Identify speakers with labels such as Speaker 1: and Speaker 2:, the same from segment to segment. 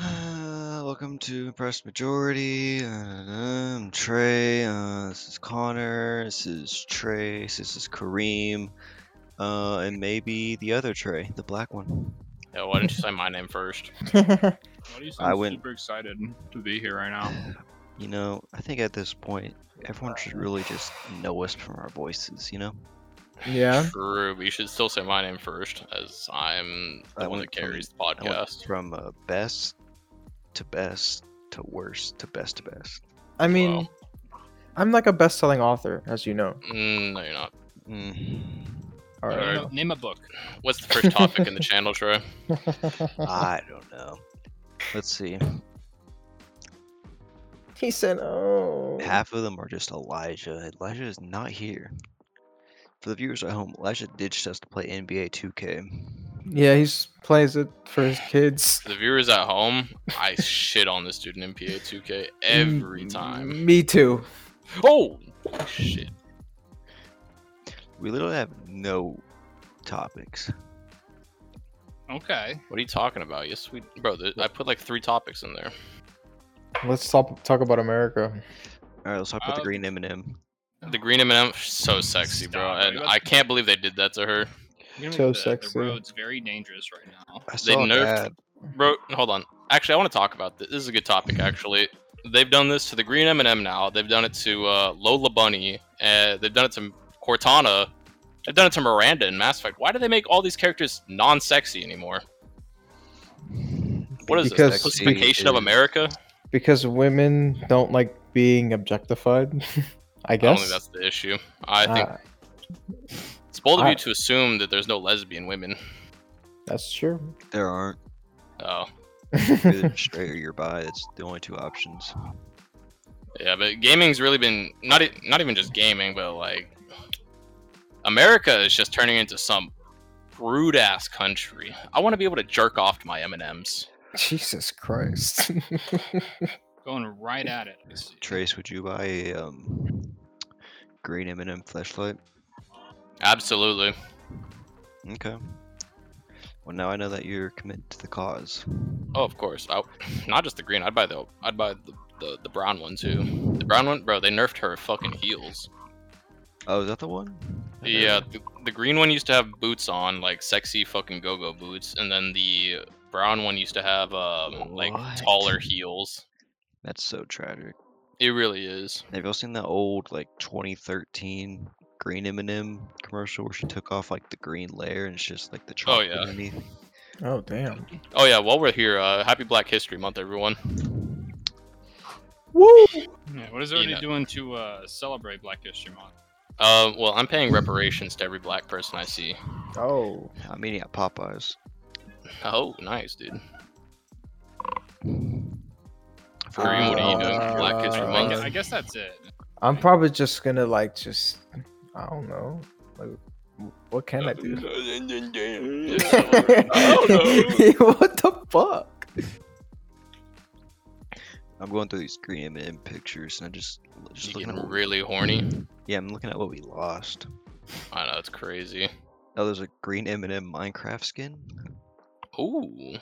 Speaker 1: Ah, welcome to Impressed Majority. Uh, I'm Trey. Uh, this is Connor. This is Trace. This is Kareem. Uh, and maybe the other Trey, the black one.
Speaker 2: Yeah, Uh, why didn't you say my name first?
Speaker 3: Why do you
Speaker 1: I
Speaker 3: sound
Speaker 1: went-
Speaker 3: super excited to be here right now?
Speaker 1: You know, I think at this point, everyone should really just know us from our voices, you know?
Speaker 4: Yeah.
Speaker 2: True, but you should still say my name first, as I'm the
Speaker 1: I
Speaker 2: one
Speaker 1: went
Speaker 2: that
Speaker 1: from-
Speaker 2: carries the
Speaker 1: I went
Speaker 2: podcast.
Speaker 1: From uh, best to best to worst to best to best.
Speaker 4: I mean,
Speaker 2: Wow.
Speaker 4: I'm like a best-selling author, as you know.
Speaker 2: Mm, no, you're not.
Speaker 1: Mm.
Speaker 4: All
Speaker 2: Alright.
Speaker 3: Name, a, name a book.
Speaker 2: What's the first topic in the channel, Trey?
Speaker 1: I don't know. Let's see.
Speaker 4: he said, "Oh."
Speaker 1: half of them are just Elijah. Elijah is not here. For the viewers at home, Elijah ditched us to play NBA 2K.
Speaker 4: Yeah, he s- plays it for his kids.
Speaker 2: For the viewers at home, I shit on this dude in MPA 2K every time.
Speaker 4: Mm, Me too.
Speaker 2: Oh shit!
Speaker 1: We literally have no topics.
Speaker 3: Okay.
Speaker 2: What are you talking about? Yes, we, bro. Th- I put like three topics in there.
Speaker 4: Let's talk talk about America.
Speaker 1: All right, let's talk about the
Speaker 3: Uh,
Speaker 1: green M&M.
Speaker 2: The green M&M, so sexy, bro,
Speaker 3: Stop,
Speaker 2: and
Speaker 3: bro.
Speaker 2: I can't believe they did that to her.
Speaker 3: You're gonna
Speaker 4: So
Speaker 3: make the,
Speaker 4: sexy.
Speaker 3: The road's very dangerous right now.
Speaker 1: I
Speaker 2: They
Speaker 1: saw
Speaker 2: nerfed-
Speaker 1: that.
Speaker 2: bro hold on actually i want to talk about this this is a good topic actually they've done this to the green m&m now they've done it to uh, lola bunny uh, they've done it to cortana they've done it to miranda in mass effect why do they make all these characters non-sexy anymore what is
Speaker 4: Because-
Speaker 2: this the pussification of
Speaker 1: is-
Speaker 2: america
Speaker 4: Because women don't like being objectified. I
Speaker 2: i don't
Speaker 4: guess.
Speaker 2: think that's the issue i think
Speaker 4: Uh,
Speaker 2: it's bold of
Speaker 4: I-
Speaker 2: you to assume that there's no lesbian women
Speaker 4: that's true.
Speaker 1: There aren't.
Speaker 2: oh
Speaker 1: You're either straight or you're bi. That's the only two options.
Speaker 2: Yeah, but gaming's really been not e- not even just gaming, but like America is just turning into some rude ass country. I want to be able to jerk off to my M and M's.
Speaker 4: Jesus Christ.
Speaker 3: Going right at it. It's-
Speaker 1: Trace, would you buy a um, green M&M flashlight?
Speaker 2: Absolutely.
Speaker 1: Okay. Well, now I know that you're committed to the cause.
Speaker 2: Oh, of course. I, not just the green. I'd buy the I'd buy the, the the brown one too. The brown one, bro. They nerfed her fucking heels.
Speaker 1: Oh, is that the one? I never-
Speaker 2: Yeah, the, the green one used to have boots on, like sexy fucking go go boots, and then the brown one used to have um like
Speaker 1: What?
Speaker 2: taller heels.
Speaker 1: That's so tragic.
Speaker 2: It really is.
Speaker 1: Have y'all seen that old like 2013 green M&M commercial where she took off like the green layer and it's just like the chocolate
Speaker 2: yeah.
Speaker 1: underneath?
Speaker 4: oh damn.
Speaker 2: Oh yeah, while we're here, uh, happy Black History Month, everyone.
Speaker 4: Woo.
Speaker 3: Yeah, what is everybody
Speaker 2: Yeah.
Speaker 3: doing to uh, celebrate Black History Month?
Speaker 2: Uh, well, I'm paying reparations to every black person I see.
Speaker 4: Oh.
Speaker 1: I'm eating at Popeyes.
Speaker 2: Oh, nice, dude.
Speaker 1: For
Speaker 2: Kareem, what are you doing for Black History
Speaker 4: Uh,
Speaker 3: I, gue-
Speaker 2: Month?
Speaker 3: I guess that's it.
Speaker 4: I'm probably just gonna like just I don't know. Like what can I do? what the fuck?
Speaker 1: I'm going through these green M&M pictures and I just just
Speaker 2: She's
Speaker 1: looking at
Speaker 2: getting
Speaker 1: what,
Speaker 2: really horny.
Speaker 1: yeah I'm looking at what we lost.
Speaker 2: I know it's crazy.
Speaker 1: Oh, there's a green M&M Minecraft skin.
Speaker 2: Ooh,
Speaker 1: I'm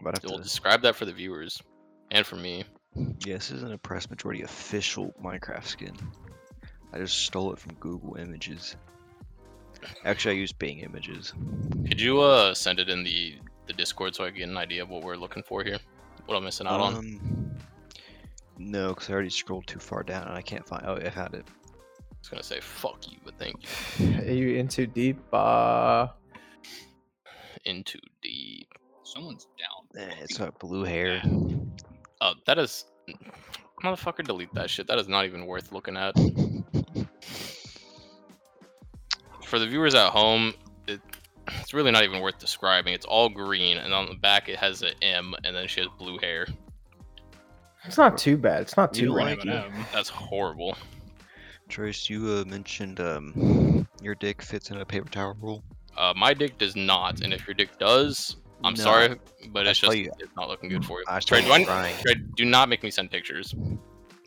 Speaker 1: about to have
Speaker 2: we'll
Speaker 1: to,
Speaker 2: describe that for the viewers and for me.
Speaker 1: yeah, this isn't a press majority official Minecraft skin. I just stole it from Google Images. Actually, I used Bing Images.
Speaker 2: Could you uh send it in the the Discord so I get an idea of what we're looking for here? What I'm missing out
Speaker 4: Uh.
Speaker 2: on?
Speaker 1: Um, no, because I already scrolled too far down and I can't find. Oh, yeah, I found it.
Speaker 2: It's gonna say fuck you, but thank you.
Speaker 4: Are you in too deep? Uh
Speaker 2: Into deep.
Speaker 3: Someone's down.
Speaker 1: Eh, It's got blue hair.
Speaker 2: Oh, that is. Motherfucker, delete that shit. That is not even worth looking at. For the viewers at home, it, it's really not even worth describing. It's all green, and on the back it has an M, and then she has blue hair.
Speaker 4: it's not too bad. It's not
Speaker 1: You
Speaker 4: too
Speaker 1: like
Speaker 4: bad.
Speaker 1: it?
Speaker 3: M&M.
Speaker 2: That's horrible.
Speaker 1: Trace, you uh, mentioned um, your dick fits in a paper towel rule.
Speaker 2: Uh, my dick does not, and if your dick does, I'm
Speaker 1: No,
Speaker 2: sorry, but
Speaker 1: I
Speaker 2: it's
Speaker 1: saw
Speaker 2: just
Speaker 1: you- mm,
Speaker 2: it's not looking good for you.
Speaker 1: I
Speaker 2: Trey,
Speaker 1: started
Speaker 2: do, I,
Speaker 1: crying.
Speaker 2: Trey, do not make me send pictures.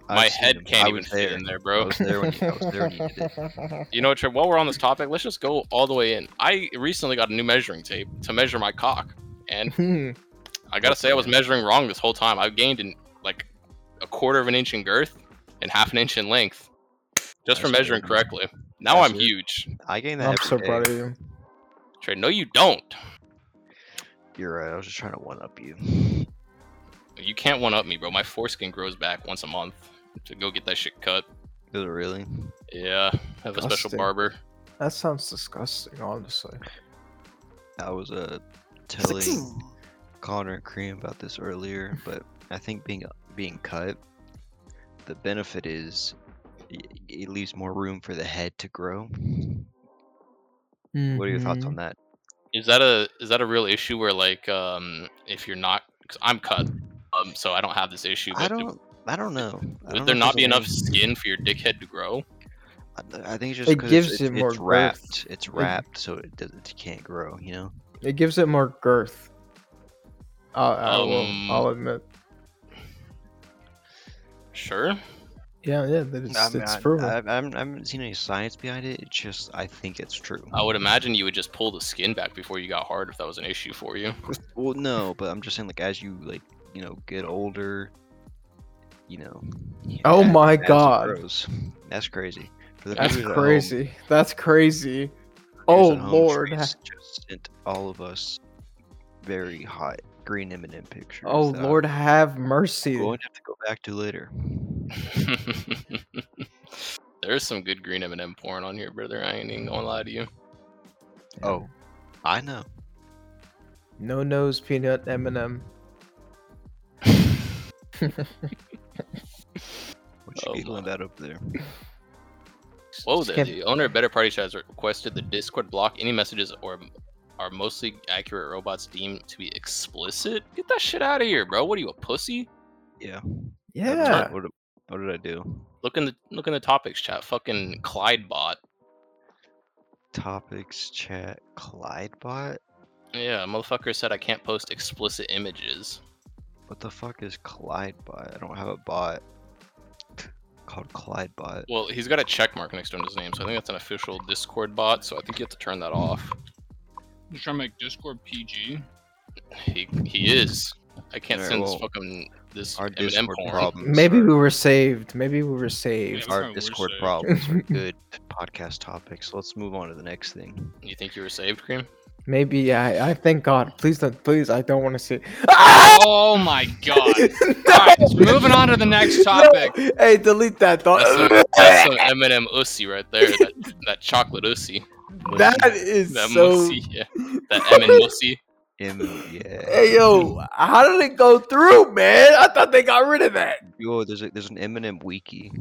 Speaker 1: I've
Speaker 2: my
Speaker 1: seen
Speaker 2: head
Speaker 1: them.
Speaker 2: can't
Speaker 1: I
Speaker 2: even
Speaker 1: was
Speaker 2: fit
Speaker 1: there.
Speaker 2: in there,
Speaker 1: I
Speaker 2: bro.
Speaker 1: was there when you, I was there when you did it.
Speaker 2: You know what, Trey? While we're on this topic, let's just go all the way in. I recently got a new measuring tape to measure my cock, and
Speaker 4: Hmm.
Speaker 2: I gotta say, I was measuring wrong this whole time. I've gained in like a quarter of an inch in girth and half an inch in length just from
Speaker 1: That's
Speaker 2: measuring
Speaker 1: good.
Speaker 2: correctly. Now
Speaker 1: That's
Speaker 2: I'm
Speaker 1: it.
Speaker 2: huge.
Speaker 1: I gained that.
Speaker 4: I'm so
Speaker 1: every day.
Speaker 4: proud of you.
Speaker 2: Trey, no, you don't.
Speaker 1: You're right. I was just trying to one up you.
Speaker 2: You can't one up me, bro. My foreskin grows back once a month to go get that shit cut.
Speaker 1: Is it really?
Speaker 2: Yeah, I have a special
Speaker 4: Disgusting.
Speaker 2: barber.
Speaker 4: That sounds disgusting, honestly.
Speaker 1: I was uh telling Connor and Cream about this earlier, but I think being being cut, the benefit is y- it leaves more room for the head to grow.
Speaker 4: Mm-hmm.
Speaker 1: What are your thoughts on that?
Speaker 2: Is that a is that a real issue where like um if you're not because I'm cut um so I don't have this issue. But
Speaker 1: I don't. I don't know. I
Speaker 2: Would
Speaker 1: don't
Speaker 2: there
Speaker 1: know if there's
Speaker 2: not be
Speaker 1: a
Speaker 2: enough
Speaker 1: way-
Speaker 2: skin for your dickhead to grow?
Speaker 1: I th- I think it's just
Speaker 4: It
Speaker 1: 'cause
Speaker 4: gives
Speaker 1: it's,
Speaker 4: it
Speaker 1: it's,
Speaker 4: more
Speaker 1: it's
Speaker 4: girth.
Speaker 1: wrapped. It's wrapped, so it, does, it can't grow. You know.
Speaker 4: It gives it more girth. I'll, I
Speaker 2: Um,
Speaker 4: will, I'll admit.
Speaker 2: Sure.
Speaker 4: Yeah, yeah, that is,
Speaker 1: I, mean,
Speaker 4: it's
Speaker 1: I,
Speaker 4: proven.
Speaker 1: I, I, haven't- I haven't seen any science behind it. It's just I think it's true.
Speaker 2: I would imagine you would just pull the skin back before you got hard if that was an issue for you.
Speaker 1: Well, no, but I'm just saying, like, as you like, you know, get older, you know. y-
Speaker 4: Oh
Speaker 1: that-
Speaker 4: my
Speaker 1: that's what
Speaker 4: God.
Speaker 1: grows. that's crazy. For the
Speaker 2: That's
Speaker 1: viewers at home-
Speaker 4: crazy. That's crazy. Oh
Speaker 1: viewers at home,
Speaker 4: lord.
Speaker 1: Trace Just sent all of us very hot green M&M pictures.
Speaker 4: Oh
Speaker 1: that
Speaker 4: lord, have
Speaker 1: I'm
Speaker 4: mercy.
Speaker 1: going to have to go back to later.
Speaker 2: There's some good green M&M porn on here, brother. I ain't even gonna lie to you.
Speaker 1: Oh, I know.
Speaker 4: No nose peanut M&M.
Speaker 1: What you
Speaker 2: Oh
Speaker 1: giggling about up there?
Speaker 2: Whoa
Speaker 4: Just
Speaker 2: there,
Speaker 4: can't-
Speaker 2: the owner of Better Party Chat has requested the Discord block any messages or are mostly accurate robots deemed to be explicit. Get that shit out of here, bro. What are you, a pussy?
Speaker 1: Yeah.
Speaker 4: Yeah.
Speaker 1: What, what did I do?
Speaker 2: Look in the look in the topics chat. Fucking Clyde bot.
Speaker 1: Topics chat Clydebot?
Speaker 2: Yeah, motherfucker said I can't post explicit images.
Speaker 1: What the fuck is Clydebot? I don't have a bot called Clydebot.
Speaker 2: Well, he's got a check mark next to his name, so I think that's an official Discord bot. So I think you have to turn that off.
Speaker 3: Just trying to make Discord PG.
Speaker 2: He he is. I can't
Speaker 1: Alright,
Speaker 2: send this
Speaker 1: well,
Speaker 2: fucking this
Speaker 1: Our
Speaker 2: M&M
Speaker 1: Discord
Speaker 2: porn.
Speaker 1: problems.
Speaker 4: Maybe
Speaker 1: are-
Speaker 4: we were saved. Maybe we were
Speaker 3: Yeah,
Speaker 4: saved.
Speaker 3: that's
Speaker 1: our
Speaker 3: not what we're
Speaker 1: Discord
Speaker 3: saying.
Speaker 1: problems are good podcast topics. Let's move on to the next thing.
Speaker 2: You think you were saved, Cream?
Speaker 4: Maybe I I thank God. Please don't please I don't want to see Ah!
Speaker 3: Oh my god.
Speaker 4: No!
Speaker 3: Alright, moving on to the next
Speaker 4: No!
Speaker 3: topic.
Speaker 4: Hey, delete that thought.
Speaker 2: That's some, that's some M&M ussy right there. That, that chocolate ussy.
Speaker 4: That is
Speaker 2: That
Speaker 4: so
Speaker 2: mussy, yeah. That M and mussy.
Speaker 1: M- yeah.
Speaker 4: Hey yo, how did it go through, man? I thought they got rid of that.
Speaker 1: Yo, there's a, there's an Eminem wiki.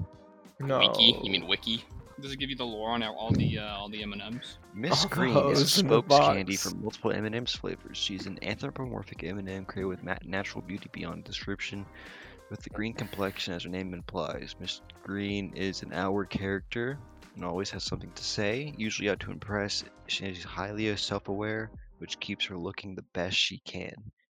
Speaker 4: No.
Speaker 2: Wiki?
Speaker 1: Oh.
Speaker 2: You mean wiki?
Speaker 3: Does it give you the lore on all the uh, all the M and M's?
Speaker 1: Miss
Speaker 4: Oh,
Speaker 1: Green
Speaker 4: no,
Speaker 1: is a
Speaker 4: it's in the
Speaker 1: spokes candy for
Speaker 4: box.
Speaker 1: multiple M&M's flavors. She's an anthropomorphic M&M created with nat- natural beauty beyond description, with the green complexion as her name implies. Miss Green is an outward character and always has something to say, usually out to impress. She is highly self-aware, which keeps her looking the best she can.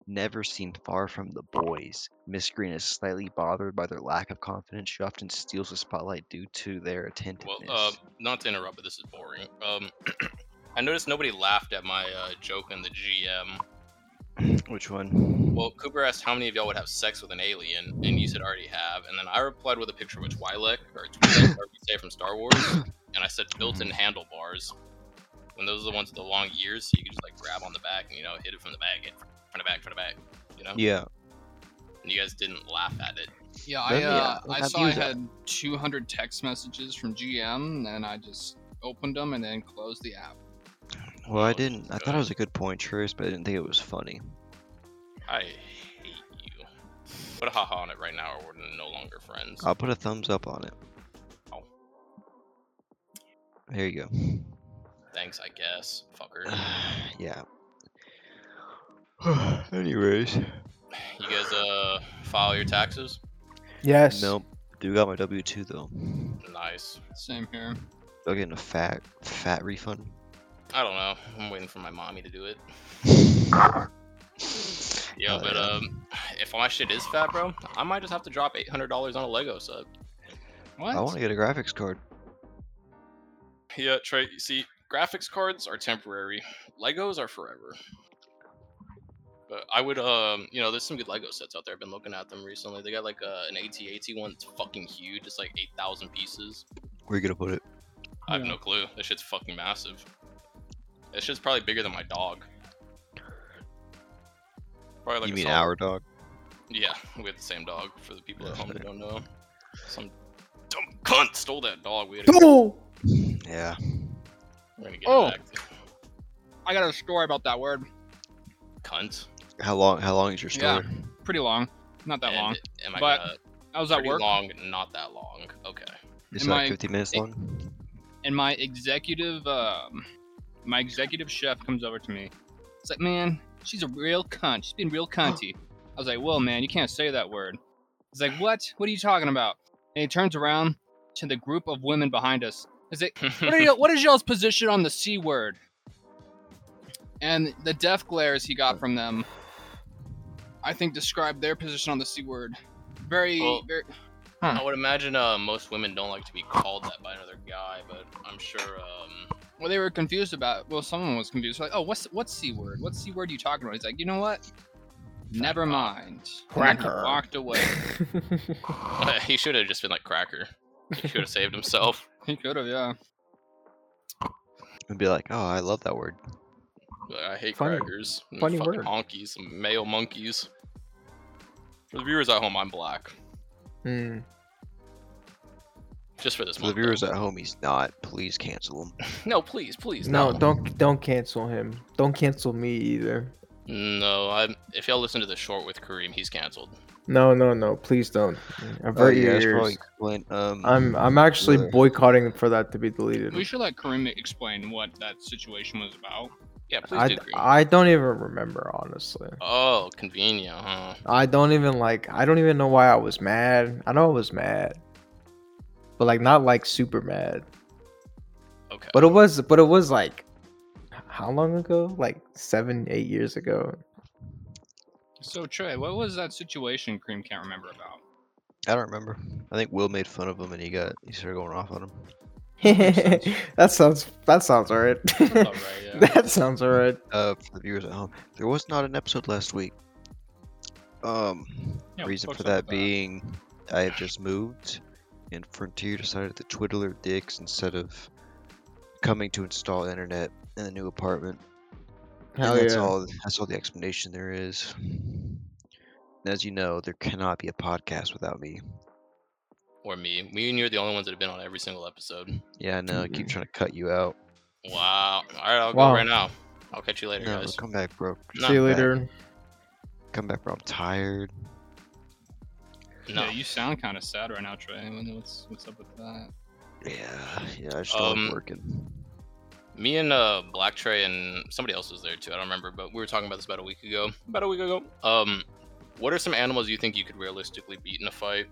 Speaker 1: Never seen far from the boys. Miss Green is slightly bothered by their lack of confidence. She often steals the spotlight due to their
Speaker 2: Well,
Speaker 1: attentiveness.
Speaker 2: uh, not to interrupt, but this is boring. Um, I noticed nobody laughed at my uh, joke in the GM.
Speaker 1: Which one?
Speaker 2: um, Well, Cooper asked how many of y'all would have sex with an alien, and you said already have, and then I replied with a picture with Twi'lek, or Twi'lek, or you say from Star Wars, and I said built-in handlebars. When those are the ones with the long ears, so you can just like grab on the back and you know hit it from the back, hit from the back, from the back, you know.
Speaker 1: yeah.
Speaker 2: And you guys didn't laugh at it.
Speaker 3: Yeah, I
Speaker 1: Really?
Speaker 3: uh,
Speaker 1: Yeah,
Speaker 3: I
Speaker 1: I've
Speaker 3: saw I
Speaker 1: used it.
Speaker 3: had 200 text messages from GM, and I just opened them and then closed the app.
Speaker 1: Well, I
Speaker 2: Oh,
Speaker 1: didn't. I thought it
Speaker 2: good.
Speaker 1: was a good point, Trace, but I didn't think it was funny.
Speaker 2: I hate you. Put a haha on it right now, or we're no longer friends.
Speaker 1: I'll put a thumbs up on it.
Speaker 2: Oh.
Speaker 1: There you
Speaker 2: Thanks, I guess, fucker.
Speaker 1: go. yeah. Anyways.
Speaker 2: You guys uh file your taxes.
Speaker 4: Yes.
Speaker 1: Nope. Do got my W two though.
Speaker 2: Nice.
Speaker 3: Same here.
Speaker 1: I'm getting a fat fat refund.
Speaker 2: I don't know. I'm waiting for my mommy to do it. Yeah,
Speaker 1: Oh,
Speaker 2: but
Speaker 1: yeah.
Speaker 2: um, if my shit is fat, bro, I might just have to drop eight hundred dollars on a Lego sub.
Speaker 3: What?
Speaker 1: I want to get a graphics card.
Speaker 2: Yeah, Trey. You see, graphics cards are temporary. Legos are forever. But I would, um, you know, there's some good Lego sets out there. I've been looking at them recently. They got like uh, an AT-AT one. It's fucking huge. It's like eight thousand pieces.
Speaker 1: Where you gonna put it?
Speaker 2: I have
Speaker 3: Yeah.
Speaker 2: no clue. That shit's fucking massive. That shit's probably bigger than my dog. Probably like
Speaker 1: you
Speaker 2: a
Speaker 1: mean
Speaker 2: solid-
Speaker 1: our dog?
Speaker 2: Yeah, we had the same dog. For the people at home that don't know, some dumb cunt stole that dog. We had to,
Speaker 4: Oh,
Speaker 1: Yeah.
Speaker 2: we're gonna get
Speaker 3: Oh.
Speaker 2: it back.
Speaker 3: I got a story about that word.
Speaker 2: Cunt.
Speaker 1: How long? How long is your
Speaker 3: Yeah.
Speaker 1: story?
Speaker 3: Pretty long. Not that
Speaker 2: And
Speaker 3: long.
Speaker 2: Am I
Speaker 3: But
Speaker 2: gonna?
Speaker 3: I was at
Speaker 2: pretty
Speaker 3: work
Speaker 2: long, not that long. Okay.
Speaker 1: It's
Speaker 3: Am
Speaker 1: like
Speaker 3: I-
Speaker 1: 50 minutes
Speaker 3: it-
Speaker 1: long.
Speaker 3: and my executive, um, my executive chef comes over to me. It's like, man, she's a real cunt. She's been real cunty. I was like, well, man, you can't say that word. He's like, what? What are you talking about? And he turns around to the group of women behind us. Is it what, are y- what is y'all's position on the C word? And the death glares he got from them, I think, described their position on the C word. Very,
Speaker 2: Well-
Speaker 3: very.
Speaker 2: I would imagine uh, most women don't like to be called that by another guy, but I'm sure. Um,
Speaker 3: Well, they were confused about. Well, someone was confused. Like, oh, what's what's c word? What c word are you talking about? He's like, you know what? Never mind. And then he
Speaker 4: Cracker.
Speaker 3: Walked away.
Speaker 2: he should have just been like Cracker. He should have saved himself.
Speaker 3: he could have, yeah.
Speaker 1: And be like, oh, I love that word.
Speaker 2: But I hate
Speaker 4: Funny-
Speaker 2: crackers. and
Speaker 4: funny
Speaker 2: fucking
Speaker 4: word.
Speaker 2: Honkies, and male monkeys. For the viewers at home, I'm black.
Speaker 4: Hmm.
Speaker 2: Just for this
Speaker 1: For the
Speaker 2: month. though.
Speaker 1: viewers at home, he's not. Please cancel him.
Speaker 2: No, please, please.
Speaker 4: no,
Speaker 2: No,
Speaker 4: don't don't cancel him. Don't cancel me either.
Speaker 2: no. I'm, if y'all listen to the short with Kareem, he's canceled.
Speaker 4: No, no, no. Please don't. Mm,
Speaker 1: Oh,
Speaker 4: Avert
Speaker 1: yeah,
Speaker 4: your
Speaker 1: that's probably
Speaker 4: ears.
Speaker 1: explain- um,
Speaker 4: I'm I'm actually
Speaker 1: Brother.
Speaker 4: boycotting for that to be deleted.
Speaker 3: We should let Kareem explain what that situation was about.
Speaker 2: Yeah, please
Speaker 4: I,
Speaker 2: do, Kareem.
Speaker 4: I don't even remember honestly.
Speaker 2: oh, convenient, huh?
Speaker 4: I don't even like I don't even know why I was mad. I know I was mad. But like not like super mad.
Speaker 2: Okay.
Speaker 4: But it was but it was like h- how long ago? Like 7 8 years ago.
Speaker 3: So Trey, what was that situation Kareem can't remember about?
Speaker 1: I don't remember. I think Will made fun of him and he got he started going off on him.
Speaker 4: that sounds that sounds alright.
Speaker 2: All right, yeah.
Speaker 4: that sounds alright.
Speaker 1: Uh, for the viewers at home, there was not an episode last week. Um,
Speaker 3: Yeah,
Speaker 1: reason
Speaker 3: what's
Speaker 1: for
Speaker 3: up
Speaker 1: that
Speaker 3: with
Speaker 1: being, I had just moved, and Frontier decided to twiddle their dicks instead of coming to install internet in the new apartment. And
Speaker 4: Hell
Speaker 1: that's
Speaker 4: yeah.
Speaker 1: all. That's all the explanation there is. And As you know, there cannot be a podcast without me.
Speaker 2: Or me. Me and you are the only ones that have been on every single episode.
Speaker 1: Yeah, I know. I keep trying to cut you out.
Speaker 2: Wow. All right, I'll
Speaker 4: Wow.
Speaker 2: go right now. I'll catch you later,
Speaker 1: No,
Speaker 2: guys.
Speaker 1: come back, bro. Just
Speaker 2: No.
Speaker 4: See you
Speaker 1: come back.
Speaker 4: later.
Speaker 1: Come back, bro. I'm tired.
Speaker 2: No.
Speaker 3: Yeah, you sound kind of sad right now, Trey. What's what's up with that?
Speaker 1: Yeah, yeah. I just don't
Speaker 2: Um,
Speaker 1: like working.
Speaker 2: Me and uh, Black Trey and somebody else was there too. I don't remember, but we were talking about this about a week ago. About a week ago. Um, what are some animals you think you could realistically beat in a fight?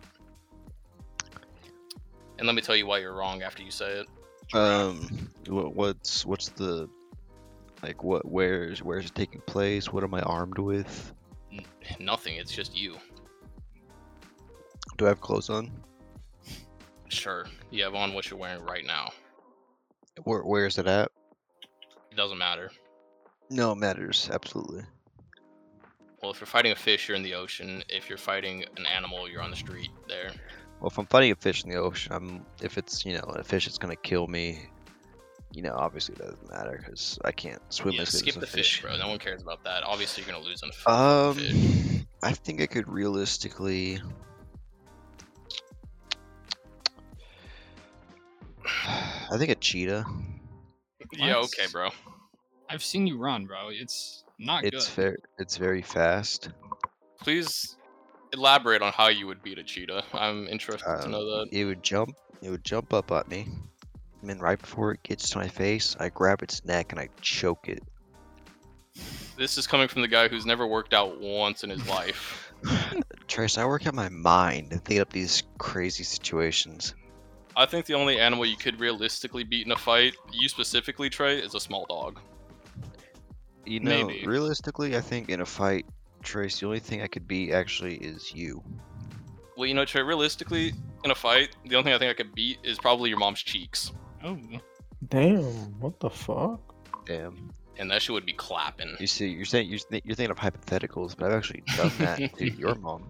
Speaker 2: And let me tell you why you're wrong after you say it.
Speaker 1: Um, what, what's what's the like? What where's where's it taking place? What am I armed with?
Speaker 2: Nothing. It's just you.
Speaker 1: Do I have clothes on?
Speaker 2: Sure. You have on what you're wearing right now.
Speaker 1: Where where is it at?
Speaker 2: It doesn't matter.
Speaker 1: No, it matters absolutely.
Speaker 2: Well, if you're fighting a fish, you're in the ocean. If you're fighting an animal, you're on the street there.
Speaker 1: Well, if I'm fighting a fish in the ocean, I'm if it's you know a fish that's gonna kill me, you know obviously it doesn't matter because I can't swim
Speaker 2: Yeah,
Speaker 1: as good
Speaker 2: skip
Speaker 1: as
Speaker 2: the
Speaker 1: a
Speaker 2: fish,
Speaker 1: fish.
Speaker 2: bro. No one cares about that. Obviously, you're gonna lose on a fi-
Speaker 1: Um,
Speaker 2: fish.
Speaker 1: I think I could realistically. I think a cheetah.
Speaker 2: Yeah,
Speaker 3: What?
Speaker 2: okay, bro.
Speaker 3: I've seen you run, bro. It's not
Speaker 1: It's
Speaker 3: good.
Speaker 1: fair. It's very fast.
Speaker 2: Please elaborate on how you would beat a cheetah. I'm interested to
Speaker 1: Um,
Speaker 2: know that.
Speaker 1: It would jump. It would jump up at me, and then right before it gets to my face, I grab its neck and I choke it.
Speaker 2: This is coming from the guy who's never worked out once in his life.
Speaker 1: Trace, I work out my mind and think up these crazy situations.
Speaker 2: I think the only animal you could realistically beat in a fight, you specifically, Trey, is a small dog.
Speaker 1: You know,
Speaker 2: Maybe.
Speaker 1: realistically, I think in a fight, Trace, the only thing I could beat actually is you.
Speaker 2: Well, you know, Trey, realistically, in a fight, the only thing I think I could beat is probably your mom's cheeks.
Speaker 3: Oh,
Speaker 4: Damn, what the fuck?
Speaker 1: Damn.
Speaker 2: and that shit would be clapping.
Speaker 1: You see, you're saying you're, th- you're thinking of hypotheticals, but I've actually done that to your mom.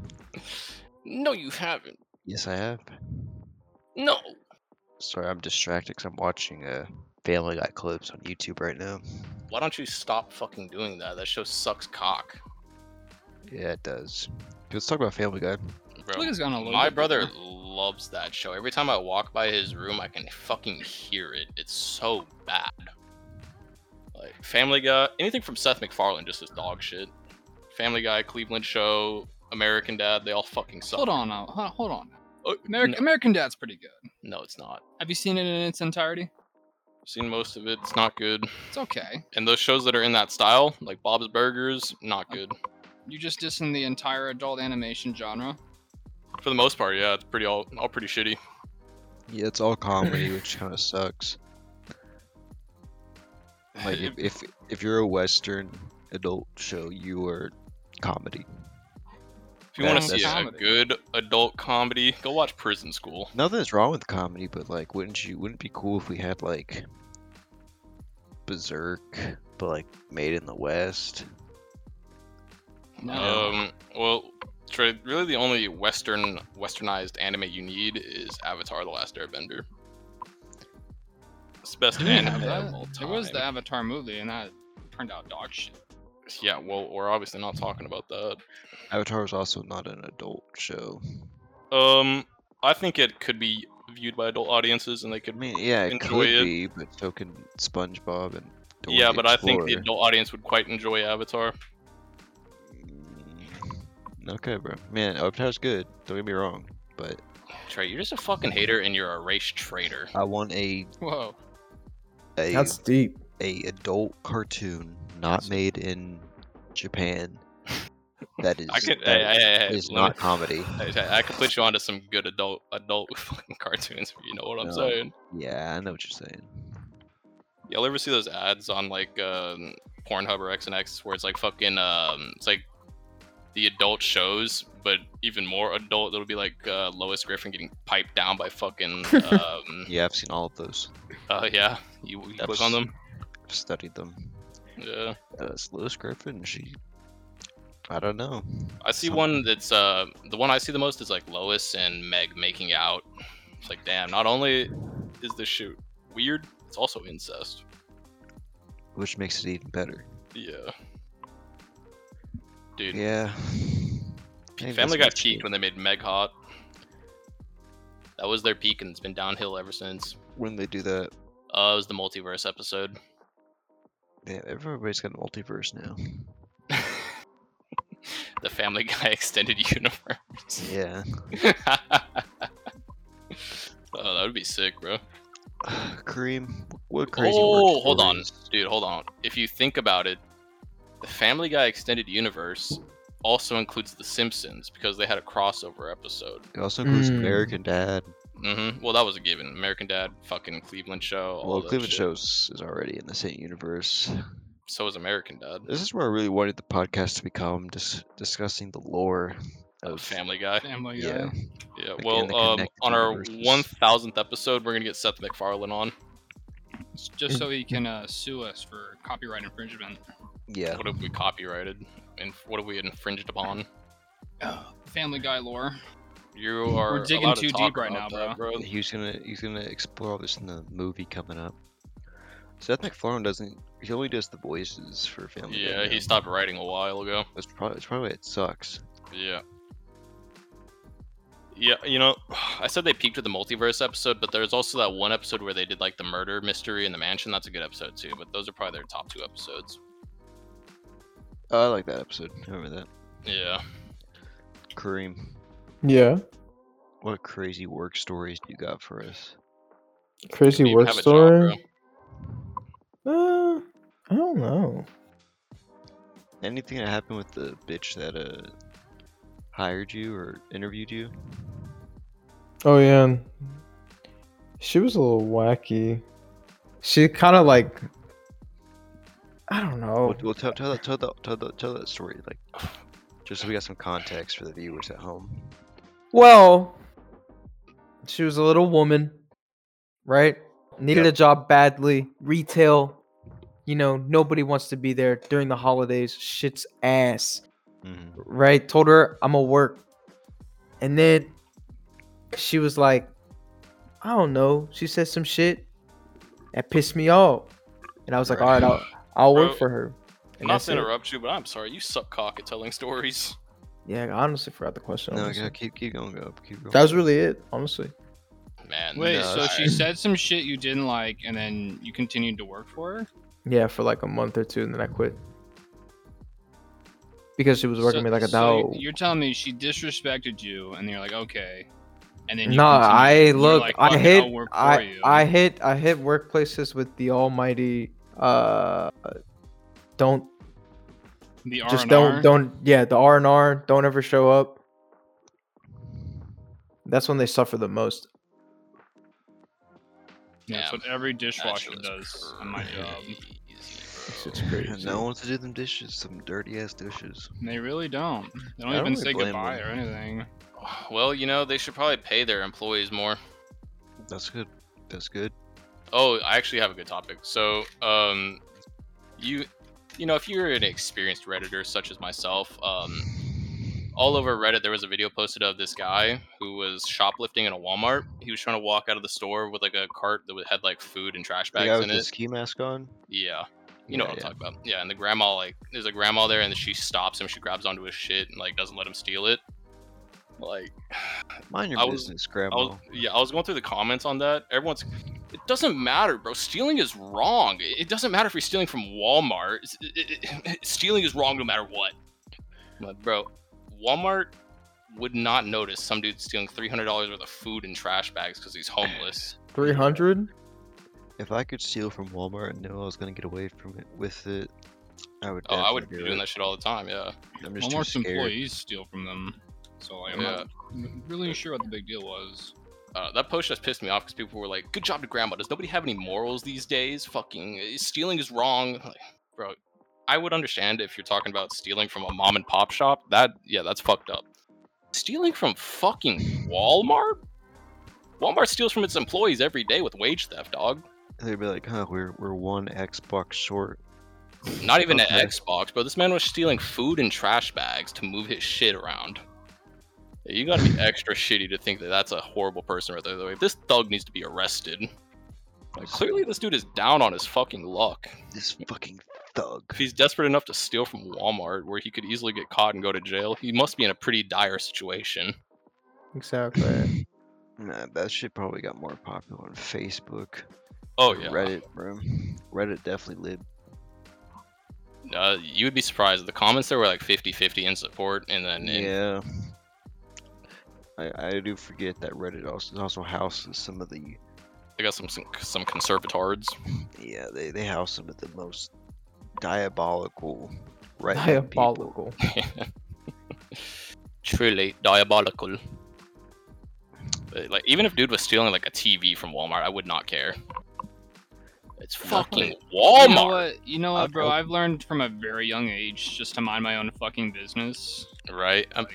Speaker 2: No, you haven't.
Speaker 1: Yes, I have.
Speaker 2: No.
Speaker 1: Sorry, I'm distracted because I'm watching uh, Family Guy clips on YouTube right now.
Speaker 2: Why don't you stop fucking doing that? That show sucks cock,
Speaker 1: Yeah, it does. Let's talk about Family Guy.
Speaker 2: bro.
Speaker 3: Look, it's gone a little
Speaker 2: My
Speaker 3: bit
Speaker 2: brother
Speaker 3: deeper.
Speaker 2: loves that show. Every time I walk by his room, I can fucking hear it. It's so bad. Like Family Guy, anything from Seth MacFarlane just is dog shit. Family Guy, Cleveland Show, American Dad, they all fucking suck.
Speaker 3: Hold on, now, hold on, hold on.
Speaker 2: Oh,
Speaker 3: American
Speaker 2: no.
Speaker 3: American Dad's pretty good.
Speaker 2: No, it's not.
Speaker 3: Have you seen it in its entirety?
Speaker 2: Seen most of it. It's not good.
Speaker 3: It's okay.
Speaker 2: And those shows that are in that style, like Bob's Burgers, not good.
Speaker 3: You just dissing the entire adult animation genre.
Speaker 2: For the most part, yeah, it's pretty all all pretty shitty.
Speaker 1: Yeah, it's all comedy, which kind of sucks. Like if, if if you're a Western adult show, you are comedy.
Speaker 2: If you want to
Speaker 1: That's-
Speaker 2: see a
Speaker 3: comedy.
Speaker 2: good adult comedy, go watch Prison School.
Speaker 1: Nothing's wrong with comedy, but like, wouldn't you? Wouldn't it be cool if we had like Berserk, but like made in the West?
Speaker 3: No.
Speaker 2: Um, well, Trey, really the only Western Westernized anime you need is Avatar: The Last Airbender. It's the best
Speaker 1: I didn't
Speaker 2: anime
Speaker 3: have
Speaker 2: of all time.
Speaker 3: There was the Avatar movie, and that turned out dog shit.
Speaker 2: Yeah, well, we're obviously not talking about that.
Speaker 1: Avatar is also not an adult show.
Speaker 2: Um, I think it could be viewed by adult audiences, and they
Speaker 1: I
Speaker 2: could.
Speaker 1: mean, yeah, it
Speaker 2: Enjoy
Speaker 1: could
Speaker 2: it.
Speaker 1: be, but so can SpongeBob and Dora
Speaker 2: yeah,
Speaker 1: the
Speaker 2: but I think the
Speaker 1: Explorer.
Speaker 2: adult audience would quite enjoy Avatar.
Speaker 1: Mm, Okay, bro. Man, Avatar's good. Don't get me wrong, but
Speaker 2: Trey, you're just a fucking hater, and you're a race traitor.
Speaker 1: I want a
Speaker 3: Whoa.
Speaker 1: a
Speaker 4: That's deep.
Speaker 1: a adult cartoon not made in Japan that is
Speaker 2: I could.
Speaker 1: that
Speaker 2: Hey, hey, hey, hey,
Speaker 1: is
Speaker 2: let me-
Speaker 1: not comedy.
Speaker 2: Hey, hey, I could put you onto some good adult adult fucking cartoons if you know what I'm
Speaker 1: No.
Speaker 2: saying.
Speaker 1: Yeah, I know what you're saying.
Speaker 2: Y'all ever see those ads on like um Pornhub or X and X where it's like fucking um it's like the adult shows, but even more adult. It'll be like uh, Lois Griffin getting piped down by fucking um
Speaker 1: Yeah, I've seen all of those.
Speaker 2: uh, yeah. You, you click on
Speaker 1: That's-
Speaker 2: them.
Speaker 1: I've studied them.
Speaker 2: Yeah,
Speaker 1: Uh, it's Lewis Griffin. She, I don't know.
Speaker 2: I see
Speaker 1: Some-
Speaker 2: one that's uh the one I see the most is like Lois and Meg making out. It's like damn. Not only is this shit weird, it's also incest.
Speaker 1: which makes it even better.
Speaker 2: Yeah. Dude,
Speaker 1: Yeah. Maybe that's
Speaker 2: Family got
Speaker 1: what she
Speaker 2: peaked when they made Meg hot. That was their peak, and it's been downhill ever since.
Speaker 1: when they do that.
Speaker 2: Uh, it was the multiverse episode.
Speaker 1: Yeah, everybody's got a multiverse now.
Speaker 2: the Family Guy extended universe.
Speaker 1: Yeah.
Speaker 2: oh, that would be sick, bro.
Speaker 1: Kareem, what crazy
Speaker 2: Oh,
Speaker 1: origin
Speaker 2: hold on.
Speaker 1: stories-
Speaker 2: Dude, hold on. If you think about it, the Family Guy extended universe also includes The Simpsons because they had a crossover episode.
Speaker 1: It also includes
Speaker 4: Mm.
Speaker 1: American Dad.
Speaker 2: hmm Well, that was a given. American Dad, fucking Cleveland Show. all
Speaker 1: well,
Speaker 2: that
Speaker 1: Cleveland
Speaker 2: shit.
Speaker 1: Shows is already in the same universe.
Speaker 2: So was American Dad.
Speaker 1: This is where I really wanted the podcast to become, just discussing the lore of
Speaker 2: Family Guy.
Speaker 3: Family Guy.
Speaker 1: Yeah,
Speaker 2: Yeah,
Speaker 1: Like,
Speaker 2: well,
Speaker 1: and the
Speaker 2: um,
Speaker 1: connected
Speaker 2: on our
Speaker 1: universes.
Speaker 2: one thousandth episode, we're gonna get Seth MacFarlane on.
Speaker 3: It's just so he can uh, sue us for copyright infringement.
Speaker 1: yeah.
Speaker 2: What have we copyrighted, and what have we infringed upon?
Speaker 4: Oh.
Speaker 3: Family Guy lore.
Speaker 2: You are
Speaker 3: digging
Speaker 2: allowed to
Speaker 3: too
Speaker 2: talk
Speaker 3: deep right
Speaker 2: about
Speaker 3: now,
Speaker 2: that, bro.
Speaker 1: He's gonna he's gonna explore all this in the movie coming up. Seth MacFarlane doesn't. He only does the voices for Family Guy.
Speaker 2: Yeah, he
Speaker 1: now.
Speaker 2: stopped writing a while ago.
Speaker 1: That's probably that's probably why it sucks.
Speaker 2: Yeah. Yeah, you know, I said they peaked with the multiverse episode, but there's also that one episode where they did like the murder mystery in the mansion. That's a good episode too, but those are probably their top two episodes.
Speaker 1: Oh, I like that episode. I remember that.
Speaker 2: Yeah.
Speaker 1: Kareem,
Speaker 4: Yeah.
Speaker 1: what crazy work stories do you got for us?
Speaker 4: Crazy
Speaker 2: You
Speaker 4: work
Speaker 2: have a job,
Speaker 4: story.
Speaker 2: bro.
Speaker 4: uh, I don't know.
Speaker 1: Anything that happened with the bitch that uh hired you or interviewed you?
Speaker 4: Oh yeah, she was a little wacky. She kind of like, I don't know.
Speaker 1: Well, well tell, tell that tell that tell that tell that story like just so we got some context for the viewers at home.
Speaker 4: Well, she was a little woman, right? Needed
Speaker 1: Yep.
Speaker 4: a job badly. Retail, you know, nobody wants to be there during the holidays. Shit's ass,
Speaker 1: Mhm.
Speaker 4: right? Told her I'm gonna work, and then she was like, I don't know. She said some shit that pissed me off, and I was like, all right, I'll I'll work
Speaker 2: Bro,
Speaker 4: for her. And
Speaker 2: Not
Speaker 4: that's
Speaker 2: to
Speaker 4: it.
Speaker 2: interrupt you, but I'm sorry. You suck cock at telling stories.
Speaker 4: Yeah, I honestly forgot the question.
Speaker 1: No,
Speaker 4: honestly.
Speaker 1: yeah, keep keep going up. Keep going.
Speaker 4: That was really it, honestly.
Speaker 2: Man.
Speaker 3: Wait,
Speaker 1: No,
Speaker 3: so
Speaker 1: I-
Speaker 3: she said some shit you didn't like, and then you continued to work for her?
Speaker 4: Yeah, for like a month or two, and then I quit because she was working
Speaker 3: So-
Speaker 4: me like a
Speaker 3: so you-
Speaker 4: dog.
Speaker 3: you're telling me she disrespected you, and you're like, okay. And then you
Speaker 4: No, I
Speaker 3: continued. You were
Speaker 4: look,
Speaker 3: like,
Speaker 4: I
Speaker 3: "Fuck it,
Speaker 4: hit,
Speaker 3: I'll work for
Speaker 4: I,
Speaker 3: you."
Speaker 4: I hit, I hit workplaces with the almighty. Uh, don't
Speaker 3: the
Speaker 4: just
Speaker 3: R&R?
Speaker 4: don't don't yeah the R and R. Don't ever show up. That's when they suffer the most.
Speaker 3: That's
Speaker 2: Damn.
Speaker 3: what every
Speaker 2: That
Speaker 3: dishwasher
Speaker 2: shit was
Speaker 3: does on my job.
Speaker 2: crazy, bro.
Speaker 4: It's crazy.
Speaker 1: No one wants to do them dishes. Some dirty ass dishes.
Speaker 3: And they really don't. They don't
Speaker 1: I don't
Speaker 3: even
Speaker 1: really
Speaker 3: say
Speaker 1: blame
Speaker 3: goodbye
Speaker 1: them.
Speaker 3: or anything.
Speaker 2: Well, you know, they should probably pay their employees more.
Speaker 1: That's good. That's good.
Speaker 2: Oh, I actually have a good topic. So, um, you, you know, if you're an experienced redditor such as myself, um, all over Reddit there was a video posted of this guy who was shoplifting in a Walmart. He was trying to walk out of the store with like a cart that would- had like food and trash
Speaker 1: The
Speaker 2: bags
Speaker 1: guy with
Speaker 2: in
Speaker 1: the
Speaker 2: it.
Speaker 1: ski mask on.
Speaker 2: Yeah. You know
Speaker 1: Yeah,
Speaker 2: what I'm
Speaker 1: yeah.
Speaker 2: talking about. Yeah, and the grandma like there's a grandma there and she stops him, she grabs onto his shit and like doesn't let him steal it. Like
Speaker 1: Mind your
Speaker 2: I was-
Speaker 1: business,
Speaker 2: I
Speaker 1: Grandma.
Speaker 2: was, yeah, I was going through the comments on that. Everyone's it doesn't matter, bro. Stealing is wrong. It it doesn't matter if you're stealing from Walmart. It's- it- it- stealing is wrong no matter what. But bro, Walmart would not notice some dude stealing three hundred dollars worth of food and trash bags because he's homeless.
Speaker 4: Three hundred.
Speaker 1: If I could steal from Walmart and knew I was gonna get away from it with it, I would.
Speaker 2: Oh, I would
Speaker 1: definitely
Speaker 2: be
Speaker 1: do
Speaker 2: doing
Speaker 1: it.
Speaker 2: that shit all the time. Yeah.
Speaker 1: I'm just too
Speaker 3: Walmart's
Speaker 1: scared.
Speaker 3: employees steal from them. So like, I'm not really sure what the big deal was.
Speaker 2: Uh, that post just pissed me off because people were like, "Good job to grandma." Does nobody have any morals these days? Fucking uh, stealing is wrong, Like, bro. I would understand if you're talking about stealing from a mom and pop shop. That yeah, that's fucked up. Stealing from fucking Walmart. Walmart steals from its employees every day with wage theft, dog.
Speaker 1: They'd be like, "Huh, we're we're one Xbox short."
Speaker 2: Not even
Speaker 1: Okay.
Speaker 2: an Xbox, bro. This man was stealing food and trash bags to move his shit around. Yeah, You gotta be extra shitty to think that that's a horrible person right there. Though, If this thug needs to be arrested. Like, clearly, this dude is down on his fucking luck.
Speaker 1: This fucking thug.
Speaker 2: If he's desperate enough to steal from Walmart, where he could easily get caught and go to jail, he must be in a pretty dire situation.
Speaker 4: Exactly.
Speaker 1: Nah, that shit probably got more popular on Facebook.
Speaker 2: Oh
Speaker 1: or
Speaker 2: yeah,
Speaker 1: Reddit, bro. Reddit definitely lived.
Speaker 2: Uh, you would be surprised. The comments there were like 50-50 in support, and then in-
Speaker 1: Yeah. I, I do forget that Reddit also also houses some of the
Speaker 2: they got some some, some conservatards.
Speaker 1: yeah they, they house some of the most diabolical Reddit people.
Speaker 4: Diabolical.
Speaker 2: Truly diabolical. But, like even if dude was stealing like a TV from Walmart, I would not care. It's fucking
Speaker 3: You know
Speaker 2: Walmart,
Speaker 3: what, you know what
Speaker 1: I've
Speaker 3: bro?
Speaker 1: helped-
Speaker 3: I've learned from a very young age just to mind my own fucking business.
Speaker 2: right? Um,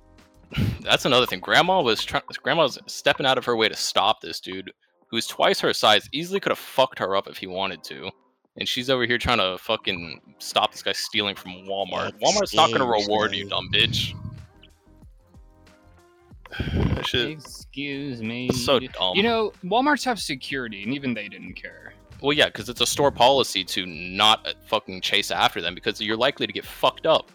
Speaker 2: that's another thing. Grandma was trying. Grandma's stepping out of her way to stop this dude, who's twice her size. Easily could have fucked her up if he wanted to, and she's over here trying to fucking stop this guy stealing from Walmart.
Speaker 1: That's
Speaker 2: Walmart's not gonna
Speaker 1: games,
Speaker 2: reward
Speaker 1: man.
Speaker 2: you, dumb bitch. That Shit.
Speaker 3: Excuse me.
Speaker 2: It's so dumb.
Speaker 3: you know, Walmarts have security, and even they didn't care.
Speaker 2: well, yeah, because it's a store policy to not uh, fucking chase after them because you're likely to get fucked up.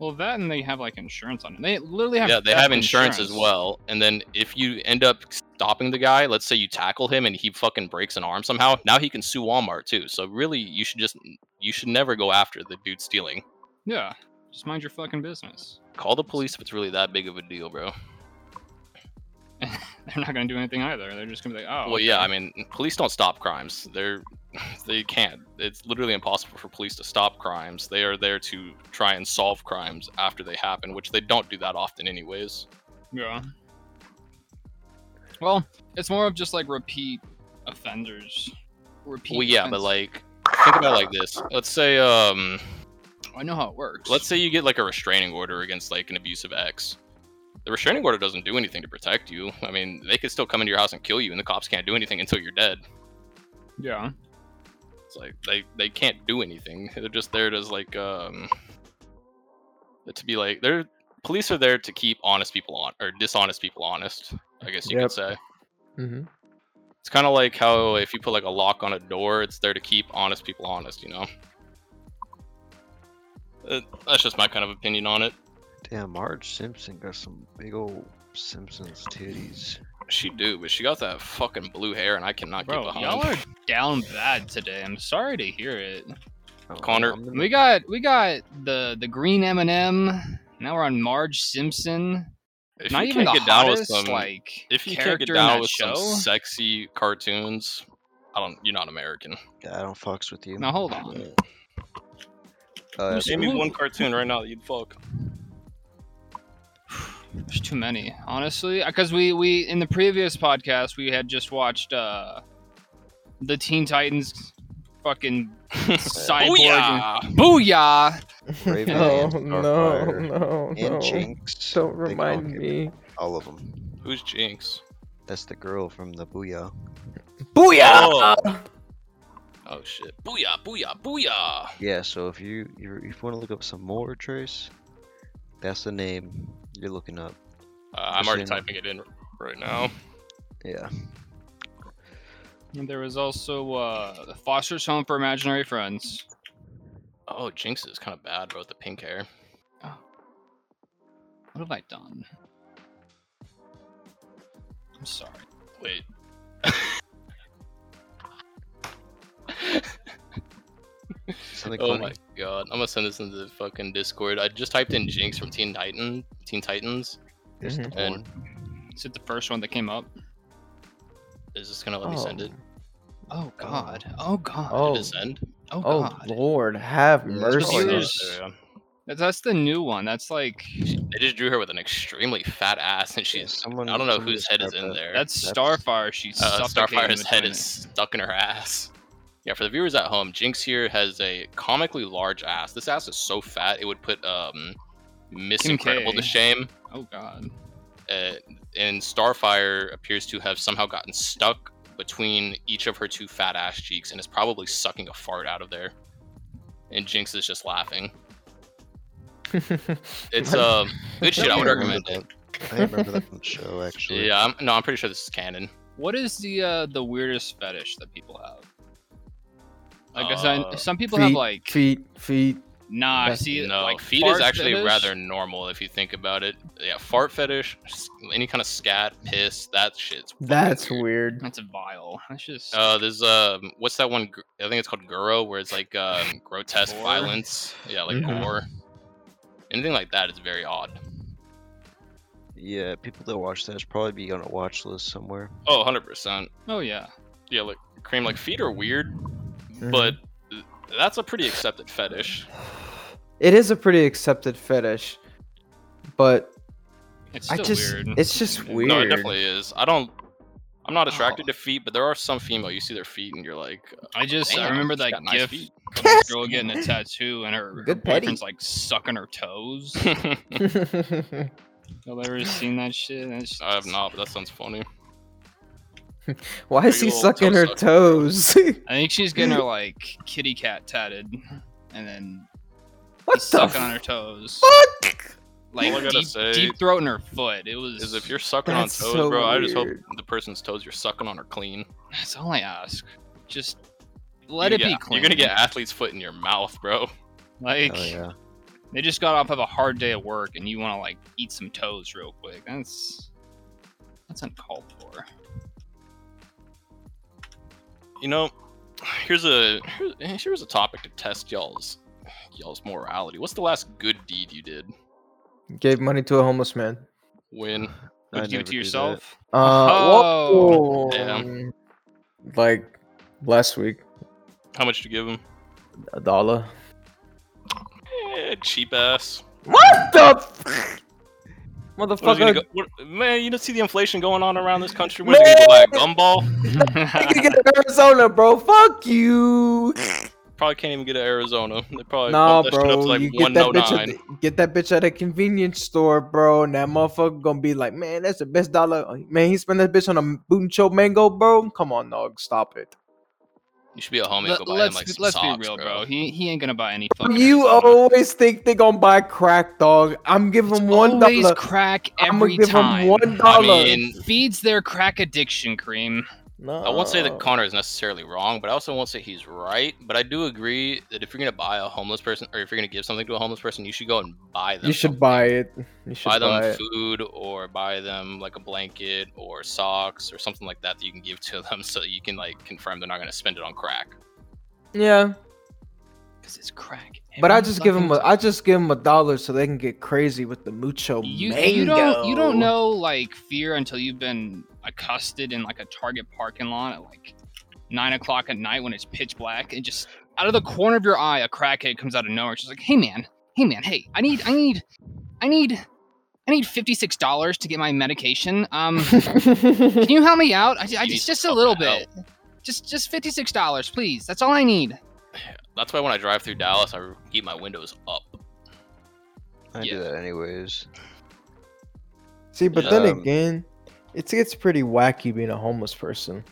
Speaker 3: Well, that and they have like insurance on it. They literally have
Speaker 2: Yeah, they
Speaker 3: theft
Speaker 2: have insurance, as well. And then if you end up stopping the guy, let's say you tackle him and he fucking breaks an arm somehow, now he can sue Walmart too. So really, you should just you should never go after the dude stealing.
Speaker 3: Yeah, just mind your fucking business.
Speaker 2: Call the police if it's really that big of a deal, bro.
Speaker 3: They're not gonna do anything either. They're just gonna be like, oh.
Speaker 2: well, yeah,
Speaker 3: okay.
Speaker 2: I mean, police don't stop crimes. They're they can't. It's literally impossible for police to stop crimes. They are there to try and solve crimes after they happen, which they don't do that often, anyways.
Speaker 3: Yeah. Well, it's more of just like repeat offenders. Repeat.
Speaker 2: Well, yeah, but
Speaker 3: offense-
Speaker 2: like, think about it like this. Let's say, um,
Speaker 3: I know how it works.
Speaker 2: let's say you get like a restraining order against like an abusive ex. The restraining order doesn't do anything to protect you. I mean, they could still come into your house and kill you, and the cops can't do anything until you're dead.
Speaker 3: Yeah.
Speaker 2: It's like they they can't do anything. They're just there to like um to be like they're police are there to keep honest people on or dishonest people honest. I guess you
Speaker 4: Yep.
Speaker 2: could say
Speaker 4: Mm-hmm.
Speaker 2: it's kind of like how if you put like a lock on a door, it's there to keep honest people honest. You know. Uh, That's just my kind of opinion on it.
Speaker 1: Damn, Marge Simpson got some big old Simpsons titties.
Speaker 2: She do, but she got that fucking blue hair, and I cannot get
Speaker 3: Bro,
Speaker 2: behind.
Speaker 3: y'all are down bad today. I'm sorry to hear it.
Speaker 1: I don't know,
Speaker 2: Connor.
Speaker 1: Oh, I'm
Speaker 3: We
Speaker 1: gonna-
Speaker 3: got we got the the green M&M. Now we're on Marge Simpson.
Speaker 2: If
Speaker 3: Not
Speaker 2: you
Speaker 3: even the
Speaker 2: can't get down with
Speaker 3: hottest,
Speaker 2: some-
Speaker 3: like
Speaker 2: if you can't
Speaker 3: character
Speaker 2: get
Speaker 3: in
Speaker 2: down
Speaker 3: that
Speaker 2: with
Speaker 3: show.
Speaker 2: some sexy cartoons, I don't. You're not American.
Speaker 1: I don't fucks with you.
Speaker 3: Now hold on.
Speaker 1: Uh,
Speaker 3: Who's-
Speaker 2: Name me
Speaker 3: Who-
Speaker 2: one cartoon right now that you'd fuck.
Speaker 3: There's too many, honestly. Because we we in the previous podcast we had just watched uh the Teen Titans fucking cyborg.
Speaker 2: Booyah!
Speaker 3: and- Booyah!
Speaker 1: Brave
Speaker 4: No,
Speaker 1: Aliens,
Speaker 4: Oh, no,
Speaker 1: Starfire,
Speaker 4: no,
Speaker 1: and
Speaker 4: no.
Speaker 1: Jinx.
Speaker 4: Don't
Speaker 1: They all
Speaker 4: remind
Speaker 1: came-
Speaker 4: me.
Speaker 1: All of them.
Speaker 2: Who's Jinx?
Speaker 1: That's the girl from the Booyah.
Speaker 4: Booyah!
Speaker 2: Oh shit! Uh, Booyah! Booyah! Booyah!
Speaker 1: Yeah, so if you you if you want to look up some more Trace, that's the name you're looking up.
Speaker 2: Uh, I'm already
Speaker 1: Listening.
Speaker 2: typing it in right now.
Speaker 1: Yeah.
Speaker 3: And there was also uh Foster's Home for Imaginary Friends.
Speaker 2: Oh, Jinx is kind of bad, bro. With the pink hair.
Speaker 3: What have I done? I'm sorry.
Speaker 2: Wait.
Speaker 1: Something
Speaker 2: Oh
Speaker 1: funny.
Speaker 2: my god! I'm gonna send this into the fucking Discord. I just typed in Jinx from Teen Titan, Teen Titans.
Speaker 1: It's the
Speaker 2: And-
Speaker 1: porn.
Speaker 3: Is it the first one that came up?
Speaker 2: Is this gonna let me send it?
Speaker 3: Oh God! Oh God!
Speaker 4: Oh.
Speaker 2: Did it send?
Speaker 3: Oh
Speaker 4: Oh
Speaker 3: God!
Speaker 4: Lord, have
Speaker 1: Yeah,
Speaker 2: Oh,
Speaker 1: Mercy.
Speaker 2: yeah,
Speaker 4: mercy.
Speaker 2: there
Speaker 3: Viewers-
Speaker 2: we go.
Speaker 3: That's, that's the new one. That's like
Speaker 2: They just drew her with an extremely fat ass, and
Speaker 1: Yeah,
Speaker 2: she's.
Speaker 1: someone,
Speaker 2: I don't know
Speaker 1: someone
Speaker 2: whose head is
Speaker 1: describe
Speaker 2: in
Speaker 1: that.
Speaker 2: there.
Speaker 3: that's,
Speaker 1: That's-
Speaker 3: Starfire. She's
Speaker 2: uh,
Speaker 3: suffocating
Speaker 2: Starfire's head
Speaker 3: between
Speaker 2: is
Speaker 3: it.
Speaker 2: stuck in her ass. Yeah, for the viewers at home, Jinx here has a comically large ass. This ass is so fat it would put um, Miss
Speaker 3: Kim
Speaker 2: Incredible
Speaker 3: K.
Speaker 2: to shame.
Speaker 3: Oh God!
Speaker 2: Uh, and Starfire appears to have somehow gotten stuck between each of her two fat ass cheeks and is probably sucking a fart out of there. And Jinx is just laughing. It's um, good shit. I would
Speaker 1: think
Speaker 2: recommend it.
Speaker 1: remember that. I remember that from the show actually.
Speaker 2: Yeah, I'm, no, I'm pretty sure this is canon.
Speaker 3: What is the uh, the weirdest fetish that people have? Like, 'cause I,
Speaker 2: Uh,
Speaker 3: some people have
Speaker 4: feet,
Speaker 3: like
Speaker 4: feet, feet.
Speaker 3: nah.
Speaker 4: that's-
Speaker 3: see,
Speaker 2: no,
Speaker 3: like
Speaker 2: feet
Speaker 3: fart
Speaker 2: is actually
Speaker 3: fetish?
Speaker 2: rather normal if you think about it. Yeah, fart fetish, s- any kind of scat, piss, that shit's. fucking
Speaker 4: That's weird.
Speaker 3: That's vile. That's just
Speaker 2: Uh, there's um, what's that one? gr- I think it's called Guro, where it's like um, grotesque
Speaker 3: Gore?
Speaker 2: violence. Yeah, like
Speaker 4: Mhm.
Speaker 2: gore. Anything like that is very odd.
Speaker 1: Yeah, people that watch that should probably be on a watch list somewhere.
Speaker 2: Oh, 100 percent.
Speaker 3: oh yeah.
Speaker 2: Yeah, like cream, like feet are weird, but
Speaker 4: Mm-hmm.
Speaker 2: th- that's a pretty accepted fetish.
Speaker 4: It is a pretty accepted fetish, but
Speaker 3: It's
Speaker 4: I
Speaker 3: still
Speaker 4: just-
Speaker 3: weird.
Speaker 4: it's just
Speaker 3: Yeah.
Speaker 4: weird.
Speaker 2: No, it definitely is. I don't. I'm not attracted
Speaker 3: Oh.
Speaker 2: to feet, but there are some female. You see their feet, and you're like,
Speaker 3: I just I
Speaker 2: Damn,
Speaker 3: remember
Speaker 2: she's
Speaker 3: that
Speaker 2: got nice
Speaker 3: gif
Speaker 2: feet.
Speaker 3: of this girl getting a tattoo and her, her
Speaker 4: Good petty.
Speaker 3: boyfriend's like sucking her toes. Y'all ever seen that shit? That's-
Speaker 2: I have not, but that sounds funny.
Speaker 4: Why is
Speaker 2: Big
Speaker 4: he
Speaker 2: ol'
Speaker 4: sucking
Speaker 2: toe
Speaker 4: her
Speaker 2: sucker.
Speaker 4: toes?
Speaker 3: I think she's getting her like kitty cat tatted, and then
Speaker 4: what the
Speaker 3: sucking on her toes,
Speaker 4: fuck?
Speaker 2: All I
Speaker 3: like
Speaker 2: gotta
Speaker 3: deep,
Speaker 2: say
Speaker 3: deep throating her foot. It was.
Speaker 2: Is if you're sucking on
Speaker 4: That's
Speaker 2: toes,
Speaker 4: so
Speaker 2: bro, I just hope
Speaker 4: weird.
Speaker 2: the person's toes you're sucking on are clean.
Speaker 3: That's all I ask. Just let
Speaker 2: You're gonna
Speaker 3: it be
Speaker 2: get-
Speaker 3: clean.
Speaker 2: You're gonna get athlete's foot in your mouth, bro.
Speaker 3: like
Speaker 1: Oh yeah.
Speaker 3: they just got off of a hard day at work, and you want to like eat some toes real quick. That's that's uncalled for.
Speaker 2: You know, here's a here's, here's a topic to test y'all's y'all's morality. What's the last good deed you did?
Speaker 4: Gave money to a homeless man.
Speaker 2: When
Speaker 1: I
Speaker 3: Would you do it
Speaker 1: never
Speaker 3: to
Speaker 1: do
Speaker 3: yourself?
Speaker 4: Uh,
Speaker 3: Oh,
Speaker 4: whoa.
Speaker 2: damn.
Speaker 4: Like last week,
Speaker 2: how much did you give him?
Speaker 4: a dollar.
Speaker 2: Eh, cheap ass.
Speaker 4: What the? f-
Speaker 2: What is gonna
Speaker 4: Motherfucker,
Speaker 2: go, what- man, you don't see the inflation going on around this country. What, you gonna go buy a gumball?
Speaker 4: you can get to Arizona, bro. Fuck you.
Speaker 2: Probably can't even get to Arizona. They probably
Speaker 4: Nah,
Speaker 2: bumped Oh, that shit up
Speaker 4: bro.
Speaker 2: to
Speaker 4: you
Speaker 2: like
Speaker 4: get that bitch
Speaker 2: 109.
Speaker 4: at the, get that bitch at a convenience store, bro, and that motherfucker gonna be like, man, that's the best dollar. Man, he spent that bitch on a boot and chow mango, bro. Come on, dog, stop it.
Speaker 2: You should be a homie. and
Speaker 3: Let,
Speaker 2: go
Speaker 3: us
Speaker 2: buy him like some
Speaker 3: let's
Speaker 2: socks,
Speaker 3: be real, bro.
Speaker 2: bro.
Speaker 3: He he ain't gonna buy any fucking.
Speaker 4: You
Speaker 3: Arizona.
Speaker 4: always think they gonna buy crack, dog. I'm giving them one
Speaker 3: always
Speaker 4: dollar.
Speaker 3: crack
Speaker 4: I'm gonna
Speaker 3: every
Speaker 4: give
Speaker 3: time.
Speaker 4: them one
Speaker 2: I
Speaker 4: dollar.
Speaker 2: mean,
Speaker 3: Feeds their crack addiction, cream.
Speaker 4: no.
Speaker 2: I won't say
Speaker 4: Uh.
Speaker 2: that Connor is necessarily wrong, but I also won't say he's right. But I do agree that if you're gonna buy a homeless person, or if you're gonna give something to a homeless person, you should go and buy them.
Speaker 4: You should
Speaker 2: something.
Speaker 4: buy it. You should
Speaker 2: buy
Speaker 4: buy,
Speaker 2: them
Speaker 4: it.
Speaker 2: food or buy them like a blanket or socks or something like that that you can give to them so that you can like confirm they're not gonna spend it on crack.
Speaker 4: Yeah,
Speaker 3: Cause it's crack.
Speaker 4: but I
Speaker 3: every
Speaker 4: just give them.
Speaker 3: fucking
Speaker 4: A, I just give them a dollar so they can get crazy with the mucho
Speaker 3: you,
Speaker 4: mango.
Speaker 3: you don't you don't know like fear until you've been accosted in like a Target parking lot at like nine o'clock at night when it's pitch black and just out of the corner of your eye a crackhead comes out of nowhere. She's like, "Hey man, hey man, hey, I need I need I need I need fifty six dollars to get my medication. Um, can you help me out? I, I
Speaker 2: You need
Speaker 3: just just a
Speaker 2: some
Speaker 3: little
Speaker 2: help.
Speaker 3: bit, just just fifty six dollars, please. That's all I need.
Speaker 2: That's why when I drive through Dallas, I keep my windows up.
Speaker 1: I
Speaker 3: Yeah.
Speaker 1: do that anyways.
Speaker 4: See, but then
Speaker 1: Um,
Speaker 4: again, it gets pretty wacky being a homeless person.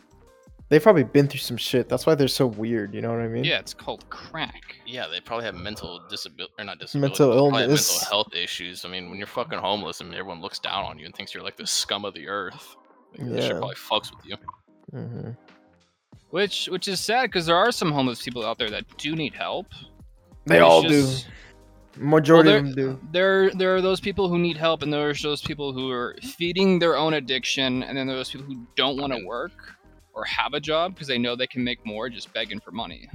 Speaker 4: They've probably been through some shit. That's why they're so weird. You know what I mean?
Speaker 3: Yeah, it's called crack.
Speaker 2: Yeah, they probably have mental disability or not disability,
Speaker 4: Mental
Speaker 2: mental
Speaker 4: illness.
Speaker 2: health issues. I mean, when you're fucking homeless, I mean, everyone looks down on you and thinks you're like the scum of the earth. Like, That shit
Speaker 4: Yeah.
Speaker 2: probably fucks with you.
Speaker 4: Mhm.
Speaker 3: Which which is sad because there are some homeless people out there that do need help.
Speaker 4: They
Speaker 3: It's
Speaker 4: all
Speaker 3: just-
Speaker 4: do. Majority
Speaker 3: Well,
Speaker 4: of them do.
Speaker 3: There, there are those people who need help, and there's those people who are feeding their own addiction, and then there are those people who don't want to work or have a job because they know they can make more just begging for money.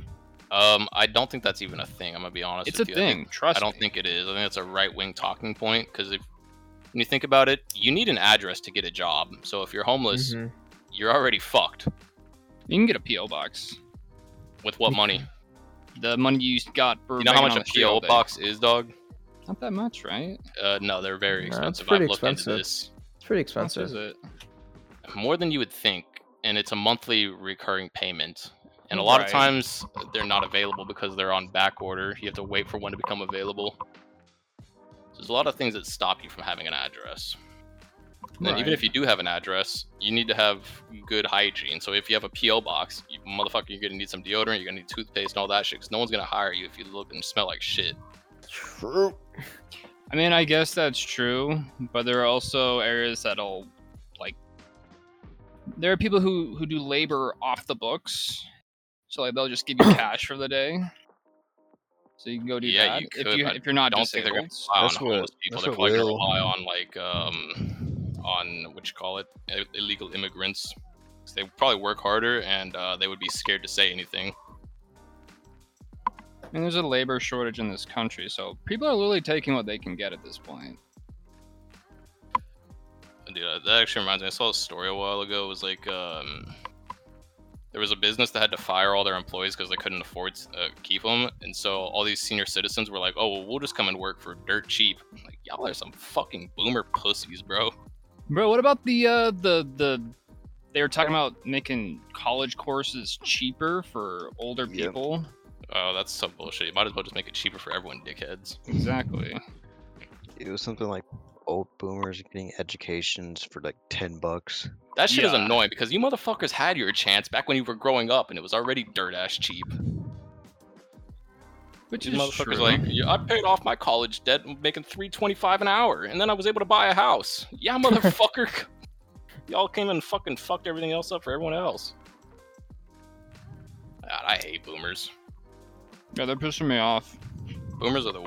Speaker 2: Um, I don't think that's even a thing. I'm gonna be honest.
Speaker 3: It's a
Speaker 2: with you. I think-
Speaker 3: thing. Trust
Speaker 2: I don't
Speaker 3: me.
Speaker 2: think it is. I think that's a right wing talking point because if when you think about it, you need an address to get a job. So if you're homeless,
Speaker 4: Mhm.
Speaker 2: you're already fucked
Speaker 3: you can get a PO box.
Speaker 2: with what money?
Speaker 3: The money you got for
Speaker 2: You know how
Speaker 3: begging
Speaker 2: much
Speaker 3: on
Speaker 2: a
Speaker 3: the street all
Speaker 2: PO
Speaker 3: day.
Speaker 2: box is, dog?
Speaker 3: Not that much, right?
Speaker 2: Uh, no, they're very
Speaker 4: No, it's
Speaker 2: expensive.
Speaker 4: pretty
Speaker 2: I've looked
Speaker 4: expensive.
Speaker 2: into this.
Speaker 4: It's pretty
Speaker 3: How much
Speaker 4: expensive.
Speaker 3: is it?
Speaker 2: more than you would think, and it's a monthly recurring payment. And a lot
Speaker 3: Right.
Speaker 2: of times they're not available because they're on back order. You have to wait for one to become available. There's a lot of things that stop you from having an address. And then even if you do have an address, you need to have good hygiene. So if you have a PO box, you, motherfucker, you're gonna need some deodorant, you're gonna need toothpaste and all that shit. Because no one's gonna hire you if you look and smell like shit.
Speaker 4: True.
Speaker 3: I mean, I guess that's true, but there are also areas that'll like there are people who who do labor off the books, so like they'll just give you cash for the day, so you can go do
Speaker 2: Yeah,
Speaker 3: that
Speaker 2: you
Speaker 3: if
Speaker 2: could,
Speaker 3: you
Speaker 2: but
Speaker 3: if you're not
Speaker 2: don't think
Speaker 3: disabled.
Speaker 2: they're gonna rely on
Speaker 1: That's what-
Speaker 2: homeless people.
Speaker 1: that's
Speaker 2: They're
Speaker 1: what
Speaker 2: probably gonna
Speaker 1: Will-
Speaker 2: rely on like um on what you call it i- illegal immigrants. 'Cause They would probably work harder and uh, they would be scared to say anything.
Speaker 3: I mean, there's a labor shortage in this country, so people are literally taking what they can get at this point.
Speaker 2: Dude, uh, that actually reminds me. I saw a story a while ago. It was like um, there was a business that had to fire all their employees because they couldn't afford to uh, keep them, and so all these senior citizens were like, "Oh, well, we'll just come and work for dirt cheap." I'm like, y'all are some fucking boomer pussies, bro.
Speaker 3: Bro, what about the uh the the they were talking about making college courses cheaper for older
Speaker 1: Yeah.
Speaker 3: people?
Speaker 2: Oh, that's some bullshit. You might as well just make it cheaper for everyone, dickheads.
Speaker 3: Exactly.
Speaker 1: It was something like old boomers getting educations for like ten bucks.
Speaker 2: That shit is
Speaker 3: Yeah.
Speaker 2: annoying because you motherfuckers had your chance back when you were growing up and it was already dirt ass cheap.
Speaker 3: Which
Speaker 2: These
Speaker 3: is
Speaker 2: motherfuckers
Speaker 3: true.
Speaker 2: like, "Yeah, I paid off my college debt making three twenty five an hour, and then I was able to buy a house. Yeah, motherfucker. Y'all came and fucking fucked everything else up for everyone else. God, I hate boomers.
Speaker 3: yeah, they're pissing me off.
Speaker 2: Boomers are the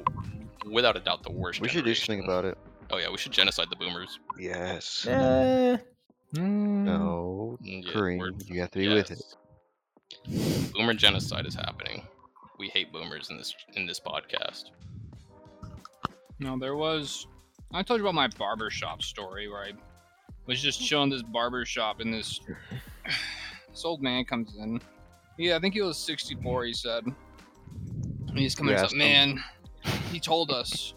Speaker 2: without a doubt the worst.
Speaker 1: We should do
Speaker 2: generation.
Speaker 1: something about it.
Speaker 2: Oh yeah, we should genocide the boomers.
Speaker 1: Yes.
Speaker 4: Eh,
Speaker 3: Mm.
Speaker 1: No.
Speaker 2: Mm, yeah, we're-
Speaker 1: Kareem, you have to be with it.
Speaker 2: Yes. Boomer genocide is happening. We hate boomers in this in this podcast.
Speaker 3: No, there was. I told you about my barbershop story where I was just chilling this barbershop and this this old man comes in. Yeah, I think he was 64. He said, and he's coming.
Speaker 1: You
Speaker 3: He's like,
Speaker 1: asked him?
Speaker 3: man, he told us.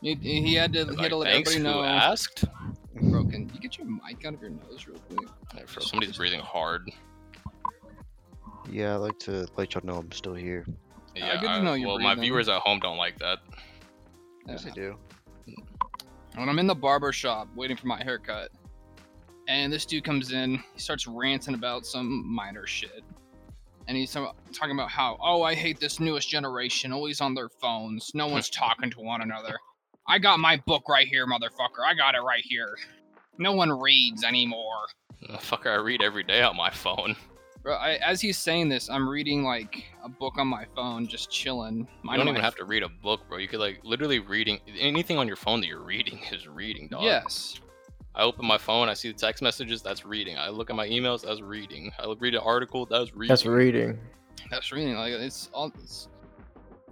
Speaker 3: He, he had to, he had
Speaker 2: Like,
Speaker 3: to let
Speaker 2: thanks
Speaker 3: everybody
Speaker 2: who
Speaker 3: know.
Speaker 2: asked.
Speaker 3: Bro, can you get your mic out of your nose real quick?
Speaker 2: Hey, bro, somebody's breathing hard.
Speaker 1: Yeah, I'd like to let y'all know I'm still here.
Speaker 2: Yeah,
Speaker 3: good to know you're
Speaker 2: well, my
Speaker 3: breathing.
Speaker 2: viewers at home don't like that.
Speaker 1: Yes, I do.
Speaker 3: when I'm in the barber shop waiting for my haircut, and this dude comes in, he starts ranting about some minor shit. and he's talk- talking about how, oh, I hate this newest generation, always on their phones, no one's talking to one another. I got my book right here, motherfucker. I got it right here. No one reads anymore.
Speaker 2: Fucker, I read every day on my phone.
Speaker 3: Bro, I, as he's saying this, I'm reading like a book on my phone, just chilling.
Speaker 2: I don't even have to read a book, bro. You could like literally reading anything on your phone that you're reading is reading, dog.
Speaker 3: Yes.
Speaker 2: I open my phone, I see the text messages, that's reading. I look at my emails, that's reading. I look- read an article, that's reading.
Speaker 4: That's reading.
Speaker 3: That's really like it's all. It's,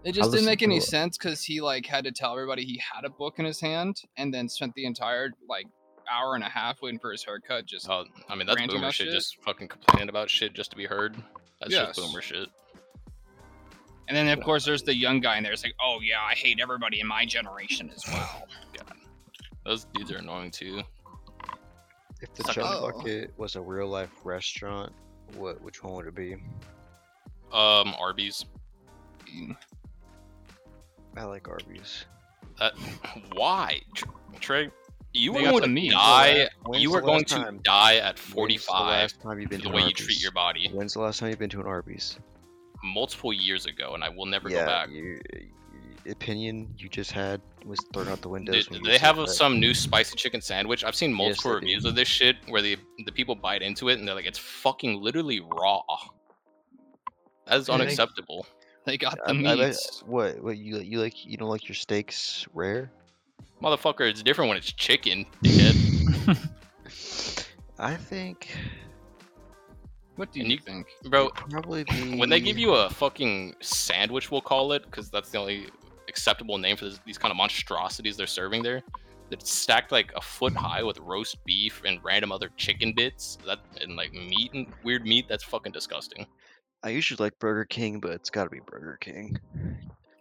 Speaker 3: it just
Speaker 4: listen
Speaker 3: didn't make
Speaker 4: to
Speaker 3: any
Speaker 4: it.
Speaker 3: sense because he like had to tell everybody he had a book in his hand, and then spent the entire like hour and a half waiting for his haircut. Just
Speaker 2: Oh, I mean, that's
Speaker 3: Ranting
Speaker 2: boomer
Speaker 3: about
Speaker 2: shit.
Speaker 3: shit?
Speaker 2: Just fucking complaining about shit just to be heard. That's
Speaker 3: Yes.
Speaker 2: just boomer shit.
Speaker 3: and then of course there's the young guy in there. It's like, oh yeah, I hate everybody in my generation as well.
Speaker 2: Those dudes are annoying too.
Speaker 1: If the
Speaker 2: Suck
Speaker 1: Chum
Speaker 3: it. Oh.
Speaker 1: Bucket was a real life restaurant, what which one would it be?
Speaker 2: Um, Arby's.
Speaker 1: I like Arby's.
Speaker 2: That, Uh, why, Tr- Trey? You
Speaker 3: They
Speaker 2: were
Speaker 3: got
Speaker 2: going
Speaker 3: the
Speaker 2: to
Speaker 3: meat.
Speaker 2: die.
Speaker 1: When's
Speaker 2: You
Speaker 1: the
Speaker 2: are going
Speaker 1: last time-
Speaker 2: to
Speaker 1: when's
Speaker 2: die at
Speaker 1: the
Speaker 2: 45
Speaker 1: last time you've
Speaker 2: for
Speaker 1: been
Speaker 2: the
Speaker 1: to an
Speaker 2: way you
Speaker 1: Arby's?
Speaker 2: treat your body.
Speaker 1: When's the last time you've been to an Arby's?
Speaker 2: Multiple years ago, and I will never
Speaker 1: yeah,
Speaker 2: go back.
Speaker 1: You, y- opinion you just had was thrown out the window.
Speaker 2: Dude, they have a- some new spicy chicken sandwich. I've seen multiple
Speaker 1: they do.
Speaker 2: reviews of this shit where the the people bite into it and they're like, "It's fucking literally raw." That is
Speaker 4: Yeah, they-
Speaker 2: unacceptable.
Speaker 3: They got
Speaker 1: I,
Speaker 3: the
Speaker 1: I bet,
Speaker 3: meats.
Speaker 1: what? What you you like? You don't like your steaks rare?
Speaker 2: Motherfucker, it's different when it's chicken. Dickhead.
Speaker 1: I think
Speaker 3: What do
Speaker 2: and
Speaker 3: you
Speaker 2: you-
Speaker 3: think?
Speaker 2: Bro,
Speaker 1: probably be
Speaker 2: when they give you a fucking sandwich, we'll call it, because that's the only acceptable name for this, these kind of monstrosities they're serving there. That's stacked like a foot high with roast beef and random other chicken bits, that and like meat and weird meat. That's fucking disgusting.
Speaker 1: I usually like Burger King, but it's got to be Burger King.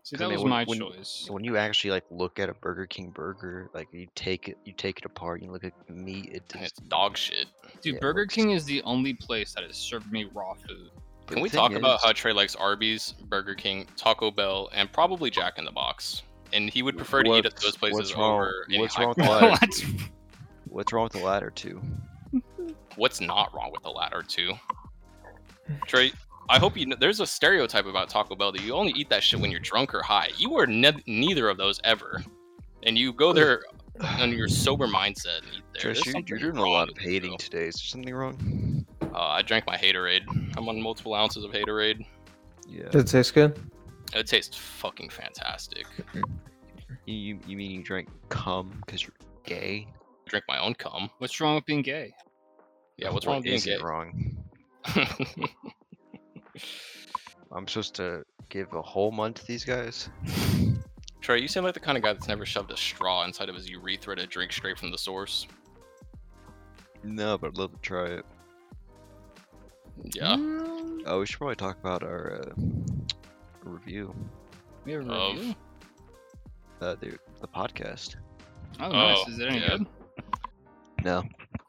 Speaker 3: See,
Speaker 1: I
Speaker 3: that
Speaker 1: mean,
Speaker 3: was
Speaker 1: when-
Speaker 3: my
Speaker 1: when-
Speaker 3: choice.
Speaker 1: When you actually like look at a Burger King burger, like you take it, you take it apart, you look at the meat. It
Speaker 2: And it's
Speaker 1: tastes.
Speaker 2: dog shit.
Speaker 3: Dude,
Speaker 1: yeah,
Speaker 3: Burger
Speaker 1: what's-
Speaker 3: King is the only place that has served me raw food.
Speaker 1: but
Speaker 2: Can
Speaker 1: the
Speaker 2: we
Speaker 1: thing
Speaker 2: talk about
Speaker 1: is-
Speaker 2: how Trey likes Arby's, Burger King, Taco Bell, and probably Jack in the Box? And he would prefer to eat at
Speaker 1: What's-
Speaker 2: those places
Speaker 1: what's wrong-
Speaker 2: over any
Speaker 1: what's
Speaker 2: high-
Speaker 1: wrong with the latter?
Speaker 3: What?
Speaker 1: What's wrong with the latter two?
Speaker 2: what's not wrong with the latter two. Trey, I hope you know there's a stereotype about Taco Bell that you only eat that shit when you're drunk or high. You are ne- neither of those ever. And you go there on your sober mindset and eat there.
Speaker 1: Trish,
Speaker 2: There's
Speaker 1: you,
Speaker 2: something
Speaker 1: you're doing a
Speaker 2: wrong
Speaker 1: lot of
Speaker 2: with you,
Speaker 1: hating
Speaker 2: bro.
Speaker 1: today. Is there something wrong?
Speaker 2: Uh, I drank my Haterade. I'm on multiple ounces of Haterade.
Speaker 1: Yeah.
Speaker 4: Does it taste good?
Speaker 2: It tastes fucking fantastic.
Speaker 1: You, you, you mean you drank cum because you're gay?
Speaker 2: Drink my own cum.
Speaker 3: What's wrong with being gay?
Speaker 2: Yeah, what's wrong
Speaker 1: What
Speaker 2: with being
Speaker 1: isn't
Speaker 2: gay?
Speaker 1: wrong? I'm supposed to give a whole month to these guys.
Speaker 2: Trey, you seem like the kind of guy that's never shoved a straw inside of his urethra to drink straight from the source.
Speaker 1: No, but I'd love to try it.
Speaker 2: Yeah.
Speaker 1: Oh, we should probably talk about our uh, review.
Speaker 3: We have a
Speaker 2: Of-
Speaker 3: review?
Speaker 1: Uh, the, the podcast.
Speaker 3: Oh, nice.
Speaker 2: Oh,
Speaker 3: Is it any
Speaker 2: yeah.
Speaker 3: good?
Speaker 1: No.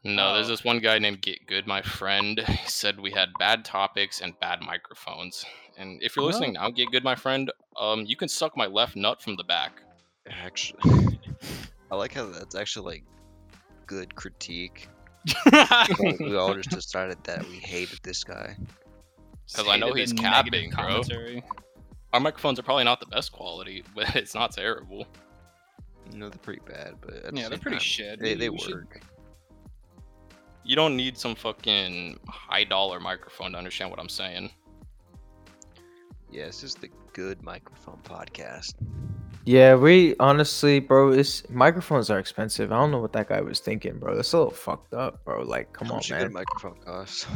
Speaker 2: No, there's
Speaker 3: Oh.
Speaker 2: this one guy named Get Good, my friend. He said we had bad topics and bad microphones. And if you're
Speaker 3: Oh.
Speaker 2: listening now, Get Good, my friend, um, you can suck my left nut from the back.
Speaker 1: Actually, I like how that's actually like good critique. Like, we all just decided that we hated this guy.
Speaker 3: Just
Speaker 2: I know
Speaker 3: hated the
Speaker 2: he's
Speaker 3: negative
Speaker 2: capping, bro.
Speaker 3: commentary.
Speaker 2: Our microphones are probably not the best quality, but it's not terrible.
Speaker 1: You know, they're pretty bad, but at the
Speaker 3: Yeah, they're
Speaker 1: same
Speaker 3: pretty
Speaker 1: time,
Speaker 3: shit.
Speaker 1: They,
Speaker 3: We-
Speaker 1: they
Speaker 3: we should-
Speaker 1: work.
Speaker 2: You don't need some fucking high dollar microphone to understand what I'm saying.
Speaker 1: Yeah, this is the good microphone podcast.
Speaker 4: Yeah, we honestly, bro. It's microphones are expensive. I don't know what that guy was thinking, bro. That's a little fucked up, bro. Like, come
Speaker 1: How
Speaker 4: on,
Speaker 1: much a good
Speaker 4: man.
Speaker 1: microphone costs?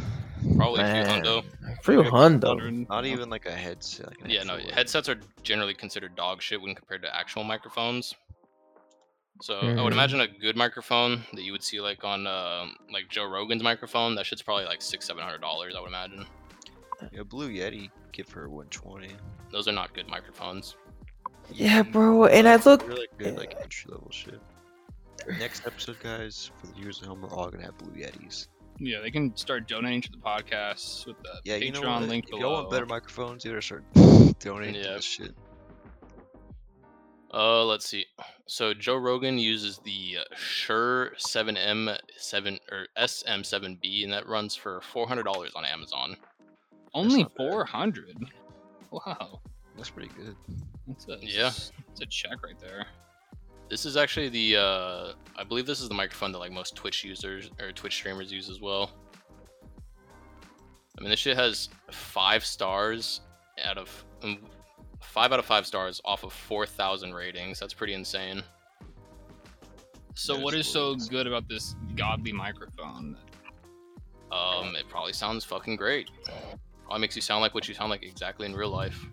Speaker 2: Probably a few
Speaker 4: Man.
Speaker 2: hundo.
Speaker 4: Free
Speaker 3: Like,
Speaker 4: hundo.
Speaker 3: hundred-
Speaker 1: Not even like a headset. Like an
Speaker 2: Yeah, no,
Speaker 1: actual, like-
Speaker 2: headsets are generally considered dog shit when compared to actual microphones. So I would imagine a good microphone that you would see like on uh, like Joe Rogan's microphone, that shit's probably like six, seven hundred dollars, I would imagine.
Speaker 1: Yeah, Blue Yeti, give her 120.
Speaker 2: Those are not good microphones.
Speaker 4: Yeah, bro. And I look.
Speaker 1: Really good,
Speaker 4: yeah.
Speaker 1: like entry level shit. Next episode, guys, for the viewers at home, we're all gonna have Blue Yetis.
Speaker 3: Yeah, they can start donating to the podcast with the
Speaker 1: Yeah,
Speaker 3: Patreon
Speaker 1: you know what?
Speaker 3: link
Speaker 1: if
Speaker 3: below.
Speaker 1: y'all want better microphones, you gotta start donating to
Speaker 2: Yeah.
Speaker 1: this shit.
Speaker 2: Uh, let's see. So Joe Rogan uses the uh, Shure 7M7 or SM7B, and that runs for four hundred dollars on Amazon.
Speaker 3: Only
Speaker 1: not bad.
Speaker 3: 400. Wow.
Speaker 1: That's pretty good.
Speaker 3: That's a,
Speaker 2: Yeah.
Speaker 3: It's a check right there.
Speaker 2: This is actually the uh, I believe this is the microphone that like most Twitch users or Twitch streamers use as well. I mean, this shit has five stars out of mm, five out of five stars off of four thousand ratings. That's pretty insane.
Speaker 3: So,
Speaker 1: Yeah,
Speaker 3: what
Speaker 1: it's
Speaker 3: is so
Speaker 1: blue.
Speaker 3: good about this godly microphone?
Speaker 2: Um, it probably sounds fucking great. Probably makes you sound like what you sound like exactly in real life.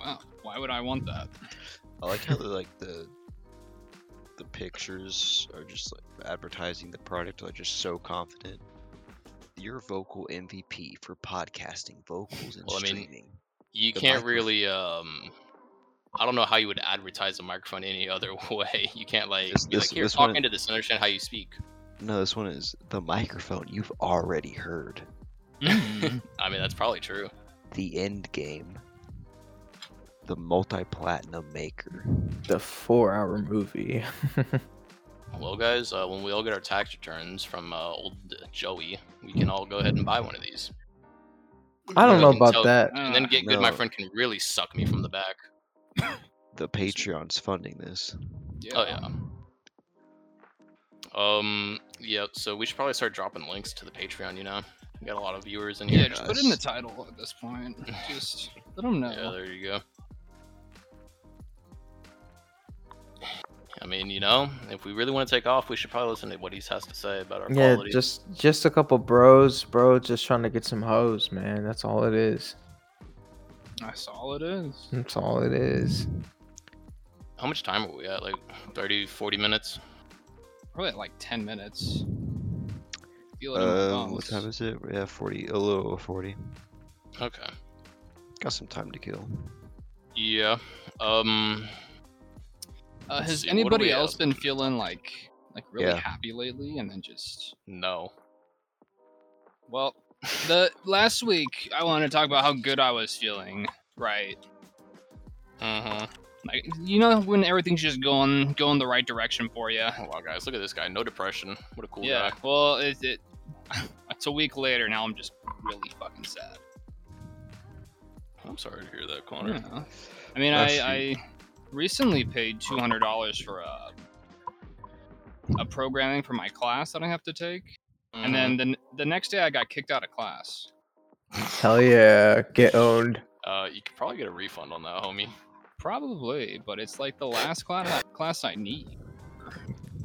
Speaker 3: Wow. Why would I want that?
Speaker 1: I like how the like the the pictures are just like advertising the product like just so confident. Your vocal MVP for podcasting, vocals, and
Speaker 2: Well, I mean,
Speaker 1: streaming.
Speaker 2: You
Speaker 1: The
Speaker 2: can't
Speaker 1: microphone.
Speaker 2: really um. I don't know how you would advertise a microphone any other way. You can't like
Speaker 1: This-
Speaker 2: be
Speaker 1: this-
Speaker 2: like here
Speaker 1: this
Speaker 2: talk
Speaker 1: one-
Speaker 2: into this and understand how you speak.
Speaker 1: No, this one is the microphone you've already heard.
Speaker 3: Mm.
Speaker 2: I mean that's probably true.
Speaker 1: The end game. The multi-platinum maker.
Speaker 4: The four-hour movie.
Speaker 2: Well, guys, uh, when we all get our tax returns from uh, old Joey, we can all go ahead and buy one of these.
Speaker 4: I
Speaker 2: Really
Speaker 4: don't know
Speaker 2: can tell-
Speaker 4: about that.
Speaker 2: And then
Speaker 3: Ah,
Speaker 2: get good. My
Speaker 1: No.
Speaker 2: friend can really suck me from the back.
Speaker 1: The Patreon's funding this.
Speaker 2: Oh yeah. Um. Yeah. So we should probably start dropping links to the Patreon. You know, we got a lot of viewers in
Speaker 3: Yeah,
Speaker 2: here.
Speaker 3: just put it in the title at this point. Just let them know.
Speaker 2: Yeah, there you go. I mean, you know, if we really want to take off, we should probably listen to what he has to say about our
Speaker 4: Yeah,
Speaker 2: quality.
Speaker 4: just just a couple bros, bro, just trying to get some hoes, man. That's all it is.
Speaker 3: That's all it is.
Speaker 4: That's all it is.
Speaker 2: How much time are we at? Like 30, 40 minutes?
Speaker 3: Probably at like 10 minutes. Feel it in my
Speaker 1: Um, what
Speaker 3: bones.
Speaker 1: time is it? Yeah, forty, a little over forty.
Speaker 2: Okay.
Speaker 1: Got some time to kill.
Speaker 2: Yeah. Um.
Speaker 3: Uh,
Speaker 2: Let's
Speaker 3: has
Speaker 2: see, what are
Speaker 3: anybody
Speaker 2: we at?
Speaker 3: else been feeling like like really
Speaker 1: Yeah.
Speaker 3: happy lately? And then just
Speaker 2: No.
Speaker 3: well, the last week I wanted to talk about how good I was feeling. Right,
Speaker 2: Mm-hmm.
Speaker 3: like you know when everything's just going going the right direction for you.
Speaker 2: Oh, wow, guys, look at this guy. No depression. What a cool
Speaker 3: yeah.
Speaker 2: guy.
Speaker 3: Well, it, it it's a week later now. I'm just really fucking sad.
Speaker 2: I'm sorry to hear that, Connor.
Speaker 3: Yeah. I mean,
Speaker 1: Bless
Speaker 3: I,
Speaker 1: you.
Speaker 3: I recently paid two hundred dollars for a a programming for my class that I have to take,
Speaker 2: Mm-hmm.
Speaker 3: and then the, n- the next day I got kicked out of class.
Speaker 4: Hell yeah, get owned.
Speaker 2: uh, you could probably get a refund on that, homie.
Speaker 3: Probably, but it's like the last class class I need.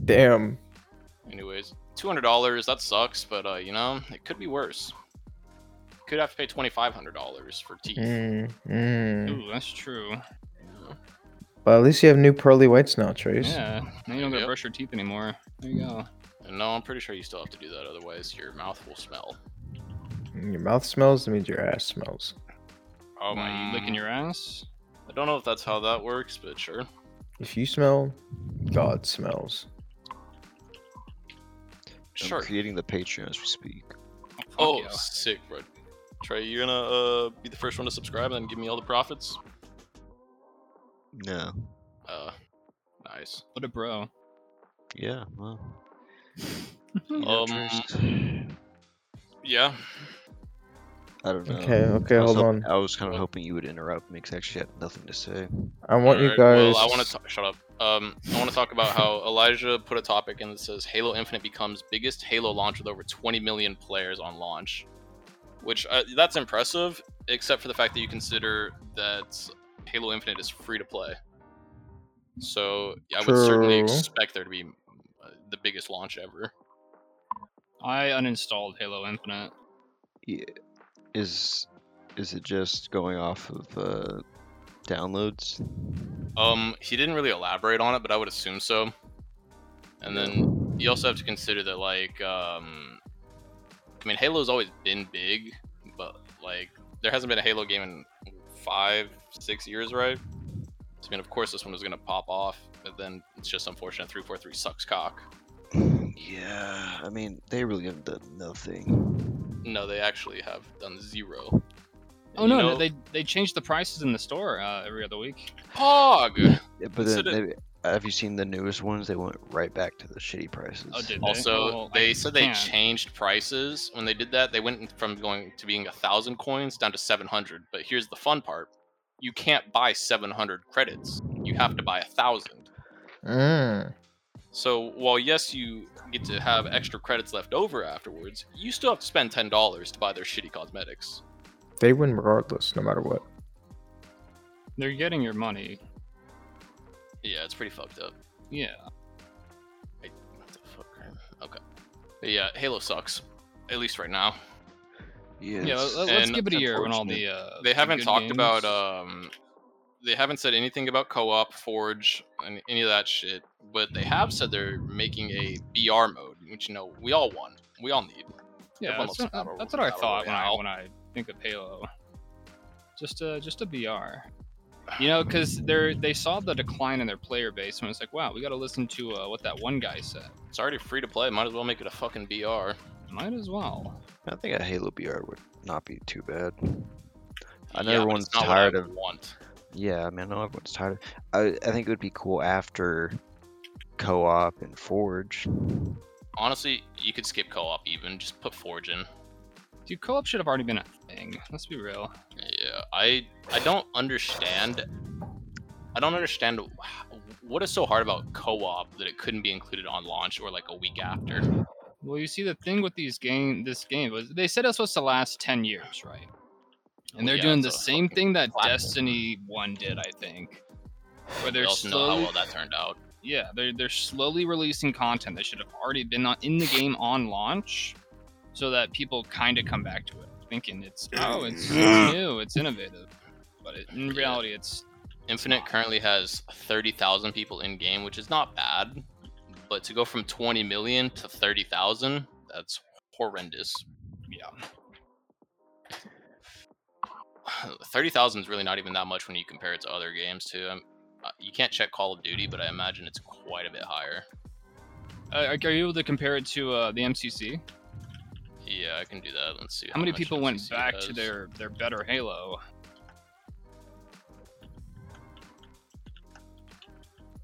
Speaker 4: Damn.
Speaker 2: Anyways, two hundred dollars. That sucks, but uh, you know, it could be worse. Could have to pay twenty five hundred dollars for teeth.
Speaker 4: Mm, mm.
Speaker 3: Ooh, that's true.
Speaker 4: Well, at least you have new pearly whites now, Trace.
Speaker 3: Yeah, now you don't gotta
Speaker 2: Yep.
Speaker 3: brush your teeth anymore. There you go.
Speaker 2: And no, I'm pretty sure you still have to do that. Otherwise, your mouth will smell.
Speaker 4: Your mouth smells, that means your ass smells.
Speaker 2: Oh
Speaker 3: Why, you licking your ass?
Speaker 2: I don't know if that's how that works, but sure.
Speaker 4: If you smell, God smells.
Speaker 1: I'm
Speaker 2: Sure.
Speaker 1: creating the Patreon as we speak.
Speaker 3: Oh, fuck
Speaker 2: Oh,
Speaker 3: yeah.
Speaker 2: sick, bro. Trey, you gonna uh, be the first one to subscribe and then give me all the profits?
Speaker 1: No.
Speaker 2: Uh, nice.
Speaker 3: what a bro.
Speaker 1: Yeah. Well. you know,
Speaker 2: Um,
Speaker 1: Trace,
Speaker 2: yeah.
Speaker 1: I don't know.
Speaker 4: Okay, okay,
Speaker 1: I was
Speaker 4: hold
Speaker 1: hoping-
Speaker 4: on.
Speaker 1: I was kind of hoping you would interrupt me because I actually had nothing to say.
Speaker 4: I want you
Speaker 2: Alright,
Speaker 4: guys.
Speaker 2: Well, I want to shut up. Um, I want to talk about how Elijah put a topic and it says Halo Infinite becomes biggest Halo launch with over 20 million players on launch, which uh, that's impressive, except for the fact that you consider that Halo Infinite is free to play. So I would certainly
Speaker 4: True.
Speaker 2: expect there to be uh, the biggest launch ever.
Speaker 3: I uninstalled Halo Infinite.
Speaker 1: Is is it just going off of uh, downloads?
Speaker 2: Um, he didn't really elaborate on it, but I would assume so. And then you also have to consider that, like, um, I mean, Halo's always been big, but like, there hasn't been a Halo game in five, six years, right? So, I mean, of course, this one was gonna pop off, but then it's just unfortunate. Three four three sucks cock.
Speaker 1: Yeah. I mean, they really have done nothing.
Speaker 2: No, they actually have done zero.
Speaker 3: Oh
Speaker 2: You
Speaker 3: no,
Speaker 2: know-
Speaker 3: they they changed the prices in the store uh, every other week.
Speaker 2: pog.
Speaker 1: Yeah, But
Speaker 2: Instead
Speaker 1: then they, have you seen the newest ones? They went right back to the shitty prices.
Speaker 3: Oh, did they?
Speaker 2: Also,
Speaker 3: Well, I
Speaker 2: they said they
Speaker 3: can't.
Speaker 2: changed prices when they did that. They went from going to being a thousand coins down to seven hundred. But here's the fun part: you can't buy seven hundred credits. You have to buy a thousand.
Speaker 4: Mm.
Speaker 2: So while yes, you get to have extra credits left over afterwards, you still have to spend ten dollars to buy their shitty cosmetics.
Speaker 4: They win regardless, no matter what.
Speaker 3: They're getting your money.
Speaker 2: Yeah, it's pretty fucked up.
Speaker 3: Yeah.
Speaker 2: What the fuck? Okay. But yeah, Halo sucks. At least right now.
Speaker 1: Yeah,
Speaker 3: Yeah,
Speaker 1: it's-
Speaker 3: let- let's
Speaker 2: and
Speaker 3: give it a year when all the uh,
Speaker 2: they
Speaker 3: the
Speaker 2: haven't
Speaker 3: good
Speaker 2: talked
Speaker 3: games-
Speaker 2: about um they haven't said anything about co-op forge and any of that shit but they have said they're making a br mode which you know we all want we all need
Speaker 3: Yeah,
Speaker 2: Everyone loves
Speaker 3: that's, what,
Speaker 2: Battle-
Speaker 3: that's what I
Speaker 2: Battle
Speaker 3: thought when I,
Speaker 2: Royale.
Speaker 3: when I think of Halo. Just a just a BR, you know, because they're they saw the decline in their player base and it's like, wow, we got to listen to uh, what that one guy said.
Speaker 2: it's already free to play might as well make it a fucking br
Speaker 3: Might as well.
Speaker 1: I think a Halo BR would not be too bad. I know
Speaker 2: Yeah, but
Speaker 1: everyone's
Speaker 2: it's not what I
Speaker 1: tired of.
Speaker 2: want
Speaker 1: Yeah, I mean, I know everyone's tired. Of, I I think it would be cool after co-op and Forge.
Speaker 2: honestly you could skip co-op even just put forge in
Speaker 3: Dude, co-op should have already been a thing. Let's be real.
Speaker 2: yeah i i don't understand i don't understand what is so hard about co-op that it couldn't be included on launch or like a week after
Speaker 3: Well, you see, the thing with these game, this game was they said it was supposed to last ten years, right? And they're
Speaker 2: Yeah,
Speaker 3: doing
Speaker 2: it's
Speaker 3: the
Speaker 2: a
Speaker 3: same
Speaker 2: fucking
Speaker 3: thing that
Speaker 2: platform.
Speaker 3: Destiny One did, I think. Where
Speaker 2: we
Speaker 3: they're
Speaker 2: all know how
Speaker 3: slowly,
Speaker 2: well that turned out
Speaker 3: yeah, they're they're slowly releasing content that should have already been on, in the game on launch, so that people kind of come back to it, thinking it's oh, it's, it's new, it's innovative, but it, in
Speaker 2: Yeah.
Speaker 3: reality, it's
Speaker 2: Infinite currently has 30,000 people in game, which is not bad, but to go from 20 million to 30,000, that's horrendous.
Speaker 3: yeah,
Speaker 2: 30,000 is really not even that much when you compare it to other games, too. I'm, uh, you can't check Call of Duty, but I imagine it's quite a bit higher.
Speaker 3: Uh, like, are you able to compare it to uh, the MCC?
Speaker 2: Yeah, I can do that. Let's see.
Speaker 3: How many people went
Speaker 2: FCC
Speaker 3: back to
Speaker 2: has.
Speaker 3: their their better Halo?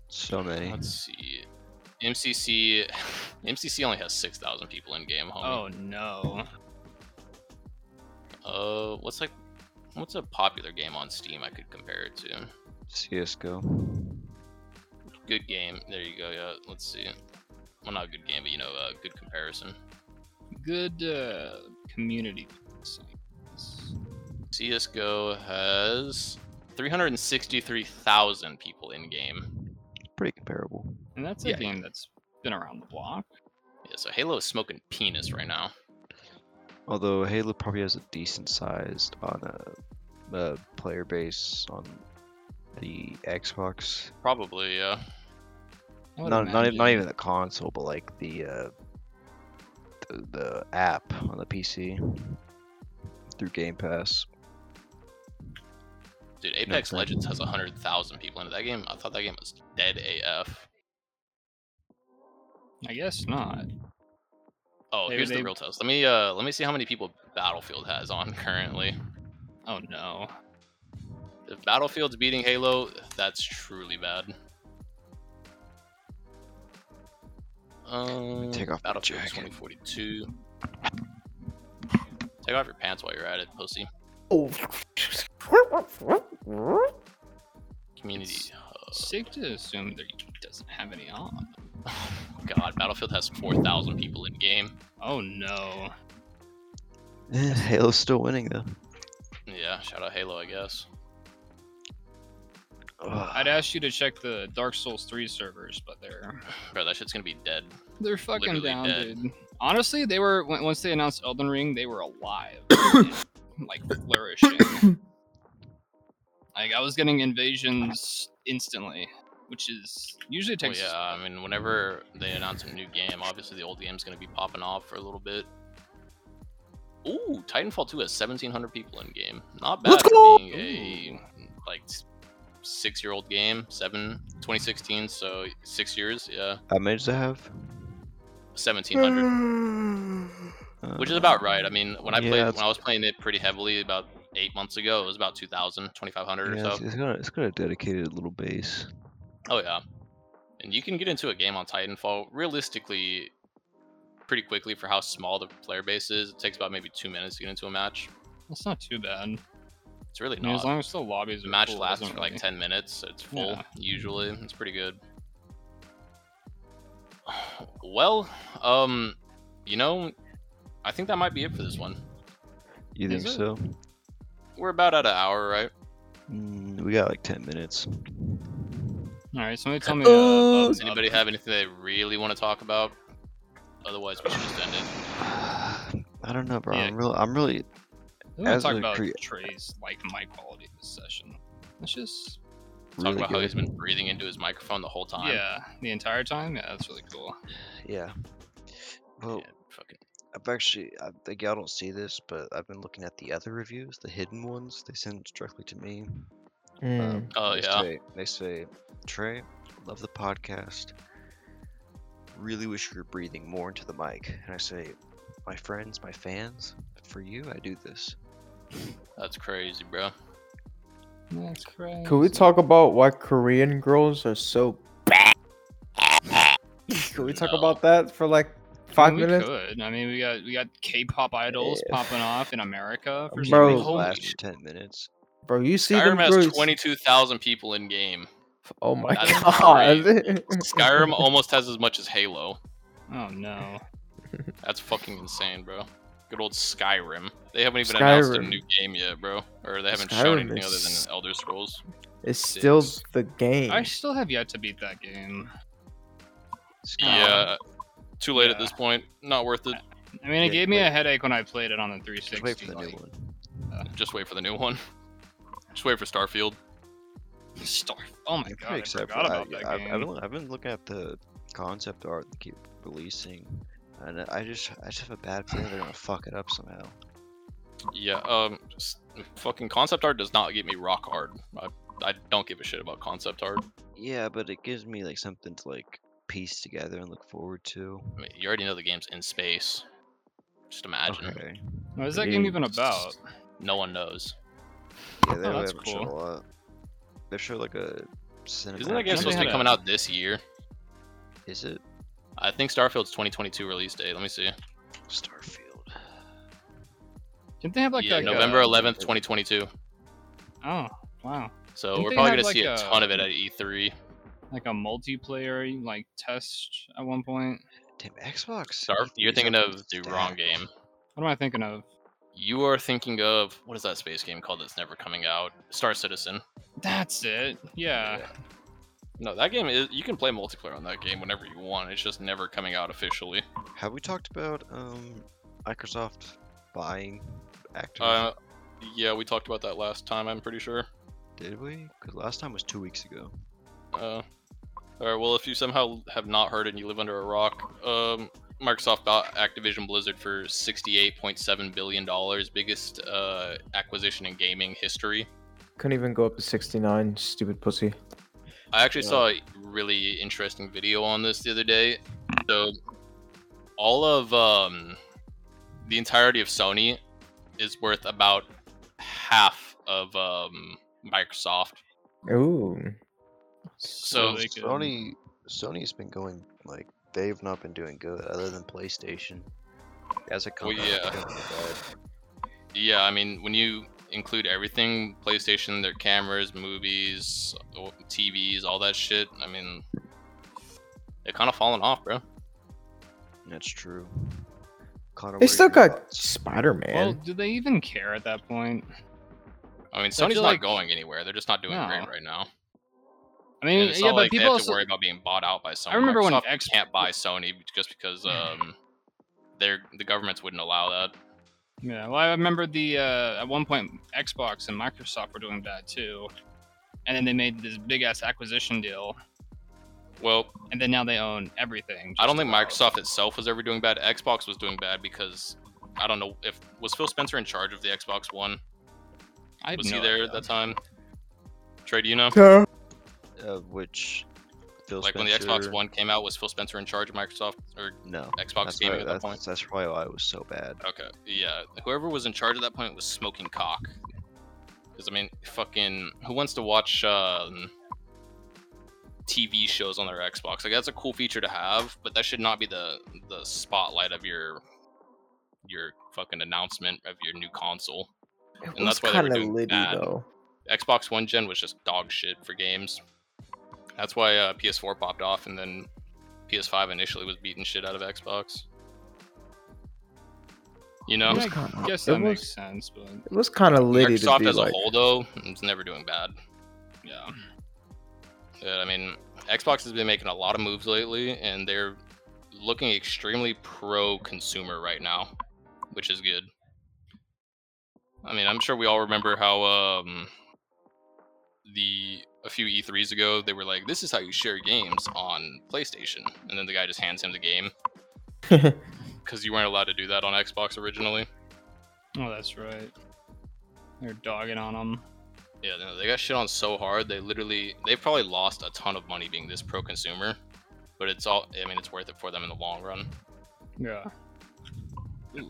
Speaker 1: So many.
Speaker 2: Let's see. MCC, MCC only has 6,000 people in game. Homie.
Speaker 3: Oh no.
Speaker 2: Oh. Uh, what's like, what's a popular game on Steam I could compare it to?
Speaker 1: CS:GO.
Speaker 2: Good game. There you go. Yeah. Let's see. Well, not a good game, but you know, uh, good comparison.
Speaker 3: Good uh, community. sites.
Speaker 2: CS:GO has 363,000 people in game.
Speaker 1: Pretty comparable.
Speaker 3: And that's a
Speaker 2: Yeah.
Speaker 3: game that's been around the block.
Speaker 2: Yeah. So Halo is smoking penis right now.
Speaker 1: Although Halo probably has a decent sized on a, a player base on the Xbox.
Speaker 2: Probably. Yeah.
Speaker 3: I would
Speaker 1: Not, not even not
Speaker 3: imagine.
Speaker 1: even the console, but like the uh, the, the app on the PC through Game Pass.
Speaker 2: Dude, Apex
Speaker 1: fair.
Speaker 2: Legends has 100,000 people in it. That game. I thought that game was dead AF.
Speaker 3: I guess not.
Speaker 2: Oh,
Speaker 3: Maybe
Speaker 2: here's
Speaker 3: they-
Speaker 2: the real test. Let me uh, let me see how many people Battlefield has on currently.
Speaker 3: Oh no.
Speaker 2: If Battlefield's beating Halo, that's truly bad. Um,
Speaker 1: take off my
Speaker 2: Battlefield
Speaker 1: jacket.
Speaker 2: 2042. Take off your pants while you're at it, pussy.
Speaker 4: Oh.
Speaker 2: Community.
Speaker 3: Safe to assume that he doesn't have any on.
Speaker 2: God, Battlefield has 4,000 people in game.
Speaker 3: Oh no.
Speaker 1: Eh, Halo's still winning though.
Speaker 2: Yeah, shout out Halo, I guess.
Speaker 1: Ugh.
Speaker 3: I'd ask you to check the Dark Souls 3 servers, but they're
Speaker 2: Bro, that shit's gonna be dead.
Speaker 3: they're fucking
Speaker 2: Literally
Speaker 3: down,
Speaker 2: dead.
Speaker 3: dude. Honestly, they were when- once they announced Elden Ring, they were alive, and, like flourishing. like I was getting invasions instantly, which is usually
Speaker 2: Well,
Speaker 3: takes
Speaker 2: yeah, I mean, whenever they announce a new game, obviously the old game's gonna be popping off for a little bit. Ooh, Titanfall 2 has 1,700 people in game. Not bad
Speaker 4: Let's
Speaker 2: for
Speaker 4: go!
Speaker 2: being a like six year old game. Seven, 2016, so six years. Yeah,
Speaker 1: How many does it have?
Speaker 2: 1,700,
Speaker 1: Uh,
Speaker 2: which is about right. I mean, when I
Speaker 1: Mm. yeah,
Speaker 2: played,
Speaker 1: it's-
Speaker 2: when I was playing it pretty heavily about eight months ago, it was about 2,000, 2,500
Speaker 1: Yeah,
Speaker 2: or
Speaker 1: it's,
Speaker 2: so.
Speaker 1: it's got a- it's got a dedicated little base.
Speaker 2: Oh yeah. and you can get into a game on Titanfall realistically pretty quickly for how small the player base is. It takes about maybe two minutes to get into a match.
Speaker 3: That's not too bad.
Speaker 2: It's really
Speaker 3: I mean,
Speaker 2: not.
Speaker 3: as long as the lobbies
Speaker 2: the
Speaker 3: are
Speaker 2: match
Speaker 3: full, it
Speaker 2: lasts
Speaker 3: doesn't
Speaker 2: for like
Speaker 3: really-
Speaker 2: 10 minutes. so It's full
Speaker 3: Yeah.
Speaker 2: usually. It's pretty good. Well, um, you know, I think that might be it for this one.
Speaker 1: You
Speaker 3: Is
Speaker 1: think
Speaker 3: it?
Speaker 1: so?
Speaker 2: We're about at an hour, right?
Speaker 1: Mm, we got like 10 minutes.
Speaker 3: All right, somebody tell me. Uh,
Speaker 4: Oh,
Speaker 2: Does
Speaker 3: Bub's
Speaker 2: anybody
Speaker 3: up.
Speaker 2: have anything they really want to talk about? Otherwise, we should just end it.
Speaker 1: I don't know, bro.
Speaker 3: Yeah.
Speaker 1: I'm real. I'm really.
Speaker 3: We want
Speaker 1: as
Speaker 3: to talk
Speaker 1: a
Speaker 3: about
Speaker 1: crea-
Speaker 3: Trey's like my quality of this session. It's just
Speaker 2: Talk
Speaker 1: really
Speaker 2: about how
Speaker 1: good.
Speaker 2: he's been breathing into his microphone the whole time.
Speaker 3: yeah, the entire time. Yeah, that's really cool.
Speaker 1: Yeah. Well,
Speaker 2: Yeah, fucking-
Speaker 1: I've actually, I think y'all don't see this, but I've been looking at the other reviews, the hidden ones. They send directly to me.
Speaker 4: Mm.
Speaker 1: Um,
Speaker 2: Oh,
Speaker 1: they
Speaker 2: yeah.
Speaker 1: Say, they say, Trey, love the podcast. Really wish you were breathing more into the mic. And I say, my friends, my fans, for you, I do this.
Speaker 2: That's crazy, bro.
Speaker 3: That's crazy.
Speaker 4: Could we talk about why Korean girls are so bad? Could we talk
Speaker 2: No.
Speaker 4: about that for like
Speaker 3: I
Speaker 4: five
Speaker 3: mean,
Speaker 4: minutes?
Speaker 3: We could. I mean, we got we got K-pop idols
Speaker 4: Yeah.
Speaker 3: popping off in America
Speaker 4: Bro.
Speaker 3: for some
Speaker 1: Bro,
Speaker 3: reason.
Speaker 1: last for 10 minutes.
Speaker 4: Bro, you see them
Speaker 2: Skyrim has
Speaker 4: girls?
Speaker 2: 22,000 people in game.
Speaker 4: Oh my
Speaker 2: That's
Speaker 4: god.
Speaker 2: Skyrim almost has as much as Halo.
Speaker 3: Oh no.
Speaker 2: That's fucking insane, bro. Good old Skyrim. They haven't even announced a
Speaker 4: Skyrim.
Speaker 2: new game yet, bro. Or they haven't shown
Speaker 4: Skyrim
Speaker 2: anything other
Speaker 4: is-
Speaker 2: than Elder Scrolls.
Speaker 3: Oh,
Speaker 4: It's still
Speaker 2: Six.
Speaker 4: the game.
Speaker 3: I still have yet to beat that game.
Speaker 2: Yeah. Too late at
Speaker 3: Yeah.
Speaker 2: this point. Not worth it.
Speaker 3: I mean, it
Speaker 1: Yeah,
Speaker 3: gave me a
Speaker 1: wait.
Speaker 3: headache when I played it on the
Speaker 1: Just wait for
Speaker 3: 360.
Speaker 1: the new
Speaker 3: Like,
Speaker 1: one.
Speaker 3: uh,
Speaker 2: Just wait for the new one. Just wait for Starfield.
Speaker 3: Star. Oh my
Speaker 1: I'm
Speaker 3: god,
Speaker 1: pretty
Speaker 3: I
Speaker 1: excited
Speaker 3: forgot
Speaker 1: for
Speaker 3: about
Speaker 1: that.
Speaker 3: that
Speaker 1: Yeah, I've,
Speaker 3: game.
Speaker 1: I've, been, I've been looking at the concept art they keep releasing, and I just I just have a bad feeling they're gonna fuck it up somehow.
Speaker 2: Yeah, um, s- fucking concept art does not get me rock hard. I, I don't give a shit about concept art.
Speaker 1: Yeah, but it gives me like something to like piece together and look forward to.
Speaker 2: I mean, you already know the game's in space. Just imagine.
Speaker 1: Okay.
Speaker 3: What is that game even about?
Speaker 2: No one knows.
Speaker 1: Yeah, they
Speaker 3: Oh, that's
Speaker 1: haven't shown a
Speaker 3: cool.
Speaker 1: lot. They show like a cinematic.
Speaker 2: Isn't that game
Speaker 3: they
Speaker 2: supposed to
Speaker 3: had
Speaker 2: be
Speaker 3: a-
Speaker 2: coming out this year?
Speaker 1: Is it
Speaker 2: I think Starfield's 2022 release date. Let me see.
Speaker 1: Starfield?
Speaker 3: Didn't they have like
Speaker 2: yeah,
Speaker 3: like,
Speaker 2: November
Speaker 3: a-
Speaker 2: 11th, 2022.
Speaker 3: Oh wow,
Speaker 2: So
Speaker 3: Didn't
Speaker 2: we're
Speaker 3: they
Speaker 2: probably
Speaker 3: have,
Speaker 2: gonna see a,
Speaker 3: like,
Speaker 2: ton of
Speaker 3: a-
Speaker 2: it at E E3.
Speaker 3: like a multiplayer like test at one point.
Speaker 1: Damn, Xbox.
Speaker 2: Starf-
Speaker 1: E3
Speaker 2: you're
Speaker 1: is
Speaker 2: thinking
Speaker 1: up
Speaker 2: of the wrong
Speaker 1: stacked.
Speaker 2: game.
Speaker 3: What am I thinking of?
Speaker 2: You are thinking of what is that space game called that's never coming out? Star Citizen.
Speaker 3: That's it. Yeah.
Speaker 2: No, that game is. You can play multiplayer on that game whenever you want. It's just never coming out officially.
Speaker 1: Have we talked about um Microsoft buying Activision?
Speaker 2: Uh, yeah, we talked about that last time. I'm pretty sure.
Speaker 1: Did we? Because last time was two weeks ago.
Speaker 2: Uh, all right. Well, if you somehow have not heard and you live under a rock, um, Microsoft bought Activision Blizzard for 68.7 billion dollars, biggest uh, acquisition in gaming history.
Speaker 4: Couldn't even go up to 69, stupid pussy.
Speaker 2: I actually
Speaker 1: Yeah.
Speaker 2: saw a really interesting video on this the other day. So, all of um, the entirety of Sony is worth about half of um, Microsoft.
Speaker 4: Ooh.
Speaker 2: So-
Speaker 3: they could-
Speaker 1: Sony, Sony's been going like they've not been doing good other than PlayStation. As a company,
Speaker 2: yeah.
Speaker 1: they're doing bad.
Speaker 2: Yeah, I mean, when you include everything PlayStation, their cameras, movies, o- TVs, all that shit, I mean, it kind of fallen off, bro.
Speaker 1: that's true. Connor, what
Speaker 4: They
Speaker 1: are
Speaker 4: still
Speaker 1: your
Speaker 4: got
Speaker 1: thoughts?
Speaker 4: Spider
Speaker 3: Well,
Speaker 4: Man.
Speaker 3: do they even care at that point?
Speaker 2: I mean, Sony's
Speaker 3: feel
Speaker 2: not
Speaker 3: like-
Speaker 2: going anywhere. They're just not doing
Speaker 3: No.
Speaker 2: great right now.
Speaker 3: I
Speaker 2: And
Speaker 3: mean,
Speaker 2: it's
Speaker 3: yeah,
Speaker 2: not
Speaker 3: but
Speaker 2: like they
Speaker 3: people
Speaker 2: have to
Speaker 3: also,
Speaker 2: worry about being bought out by someone.
Speaker 3: remember when
Speaker 2: Microsoft
Speaker 3: X- Mm-hmm.
Speaker 2: can't buy Sony just because um, their the governments wouldn't allow that.
Speaker 3: yeah. Well, I remember the uh, at one point Xbox and Microsoft were doing bad too, and then they made this big ass acquisition deal,
Speaker 2: Well,
Speaker 3: and then now they own everything.
Speaker 2: I don't
Speaker 3: just
Speaker 2: think
Speaker 3: about.
Speaker 2: Microsoft itself was ever doing bad. Xbox was doing bad because I don't know if was Phil Spencer in charge of the Xbox One.
Speaker 3: I have
Speaker 2: Was
Speaker 3: no
Speaker 2: he there
Speaker 3: idea.
Speaker 2: at that time? Trey, do you know?
Speaker 1: Uh, which Phil
Speaker 2: like when the
Speaker 1: Spencer,
Speaker 2: Xbox One came out, was Phil Spencer in charge of Microsoft or
Speaker 1: No,
Speaker 2: Xbox
Speaker 1: that's, why,
Speaker 2: Gaming at that
Speaker 1: that's,
Speaker 2: point?
Speaker 1: that's probably why it was so bad.
Speaker 2: Okay, yeah. Whoever was in charge at that point was smoking cock. Because I mean, fucking, who wants to watch um, TV shows on their Xbox. Like that's a cool feature to have, but that should not be the the spotlight of your your fucking announcement of your new console.
Speaker 4: It
Speaker 2: And that's
Speaker 4: was
Speaker 2: why they were
Speaker 4: kind of
Speaker 2: doing
Speaker 4: litty
Speaker 2: that.
Speaker 4: though.
Speaker 2: Xbox One gen was just dog shit for games. That's why uh, PS4 popped off, and then PS5 initially was beating shit out of Xbox. You know,
Speaker 4: It
Speaker 3: Yeah,
Speaker 4: was
Speaker 3: I
Speaker 4: kinda-
Speaker 3: guess
Speaker 4: it
Speaker 3: that
Speaker 4: was-
Speaker 3: makes sense, but
Speaker 4: It was kind of litty to
Speaker 2: Microsoft
Speaker 4: be
Speaker 2: as a
Speaker 4: like.
Speaker 2: whole though is never doing bad.
Speaker 3: yeah.
Speaker 2: Yeah, I mean, Xbox has been making a lot of moves lately, and they're looking extremely pro-consumer right now, which is good. I mean, I'm sure we all remember how um, the a few E3s ago they were like, "This is how you share games on PlayStation," and then the guy just hands him the game because you weren't allowed to do that on Xbox originally.
Speaker 3: Oh, that's right. They're dogging on them.
Speaker 2: Yeah, no, they got shit on so hard. They literally, they've probably lost a ton of money being this pro-consumer, but it's all. I mean, it's worth it for them in the long run.
Speaker 3: Yeah.
Speaker 2: Uh,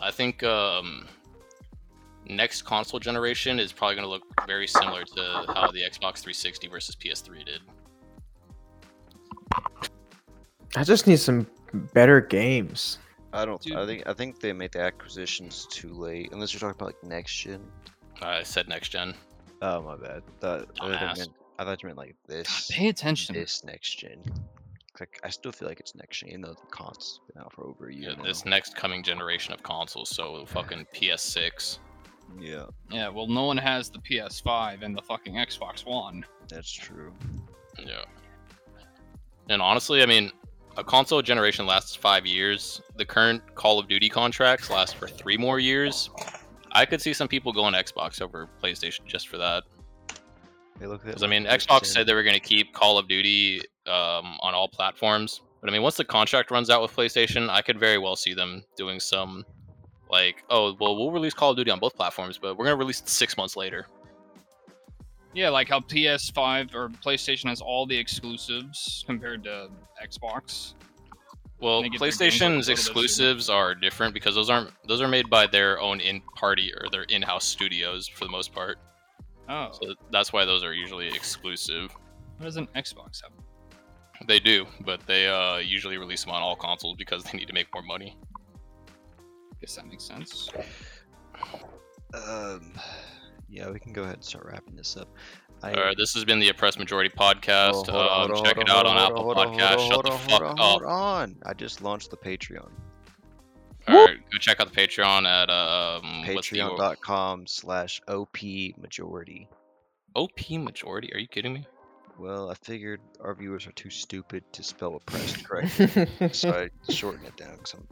Speaker 2: I think um, next console generation is probably going to look very similar to how the Xbox 360 versus PS3 did.
Speaker 4: I just need some better games.
Speaker 1: I don't. I
Speaker 3: Dude.
Speaker 1: think. I think they made the acquisitions too late. Unless you're talking about like next gen.
Speaker 2: I said next gen.
Speaker 1: Oh my bad. That, I, thought
Speaker 2: Dumbass.
Speaker 1: you meant, I thought you meant like
Speaker 3: God,
Speaker 1: this.
Speaker 3: pay attention.
Speaker 1: This next gen. Like I still feel like it's next gen, even though the console's been out for over a year
Speaker 2: Yeah,
Speaker 1: now.
Speaker 2: this next coming generation of consoles, so fucking PS6.
Speaker 1: Yeah,
Speaker 3: Yeah, well, no one has the PS5 and the fucking Xbox One.
Speaker 1: that's true.
Speaker 2: Yeah. And honestly, I mean, a console generation lasts five years. The current Call of Duty contracts last for three more years. I could see some people going Xbox over PlayStation just for that.
Speaker 1: They look at it
Speaker 2: Because I mean,
Speaker 1: like
Speaker 2: Xbox
Speaker 1: next
Speaker 2: said
Speaker 1: gen.
Speaker 2: they were going to keep Call of Duty um, on all platforms, but I mean, once the contract runs out with PlayStation, I could very well see them doing some like, oh, well, we'll release Call of Duty on both platforms, but we're going to release it six months later.
Speaker 3: Yeah, like how PS5 or PlayStation has all the exclusives compared to Xbox.
Speaker 2: Well,
Speaker 3: They get their games out a little bit
Speaker 2: PlayStation's
Speaker 3: sooner.
Speaker 2: exclusives are different because those aren't those are made by their own in party or their in-house studios for the most part.
Speaker 3: Oh,
Speaker 2: So that's why those are usually exclusive.
Speaker 3: what does an Xbox have?
Speaker 2: They do, but they uh, usually release them on all consoles because they need to make more money.
Speaker 3: Guess that makes sense.
Speaker 1: Um, yeah, we can go ahead and start wrapping this up. I,
Speaker 2: All right, this has been the Oppressed Majority Podcast.
Speaker 1: Oh, hold on,
Speaker 2: um,
Speaker 1: hold on,
Speaker 2: check
Speaker 1: hold
Speaker 2: it out on
Speaker 1: hold
Speaker 2: Apple
Speaker 1: hold hold
Speaker 2: Podcast. Shut
Speaker 1: hold
Speaker 2: the
Speaker 1: on,
Speaker 2: fuck
Speaker 1: hold on,
Speaker 2: up. Mm,
Speaker 1: Hold on, I just launched the Patreon.
Speaker 2: All right, go check out the Patreon at um, what's the or-
Speaker 1: Patreon.com/slash op majority.
Speaker 2: OP Majority. Are you kidding me?
Speaker 1: Well, I figured our viewers are too stupid to spell oppressed correctly, so
Speaker 4: Sorry.
Speaker 1: I shortened it down because I'm,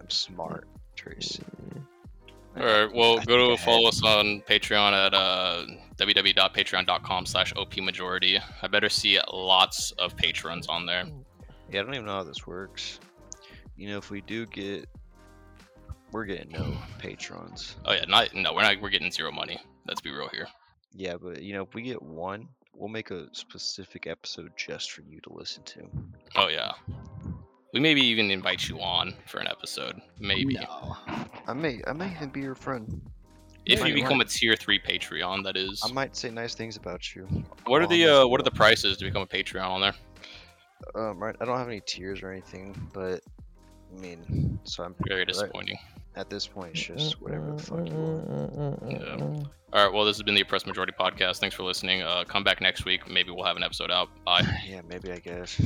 Speaker 1: I'm smart, Trace. I-
Speaker 2: All right, well,
Speaker 1: I
Speaker 2: go
Speaker 1: think
Speaker 2: to
Speaker 1: I
Speaker 2: follow us on Patreon at uh, www.patreon.com slash OP Majority. I better see lots of patrons on there.
Speaker 1: Yeah, I don't even know how this works. You know, if we do get, we're getting no patrons.
Speaker 2: Oh yeah, not no, we're not we're getting zero money. Let's be real here.
Speaker 1: Yeah, but you know, if we get one, we'll make a specific episode just for you to listen to.
Speaker 2: Oh yeah, we maybe even invite you on for an episode, maybe.
Speaker 3: No.
Speaker 1: I may, I may even be your friend.
Speaker 2: If
Speaker 1: Might
Speaker 2: you
Speaker 1: work.
Speaker 2: become a tier three Patreon, that is.
Speaker 1: I might say nice things about you.
Speaker 2: What are
Speaker 1: on this
Speaker 2: the uh, what are
Speaker 1: deal.
Speaker 2: the prices to become a Patreon on there?
Speaker 1: Um, right, I don't have any tears or anything, but I mean, so I'm
Speaker 2: Very
Speaker 1: right,
Speaker 2: disappointing.
Speaker 1: at this point. It's just whatever the fuck you want.
Speaker 2: Yeah. All right, well, this has been the Oppressed Majority Podcast. Thanks for listening. Uh, come back next week. Maybe we'll have an episode out. Bye.
Speaker 1: Yeah, maybe I guess.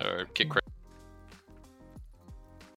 Speaker 2: Or kick.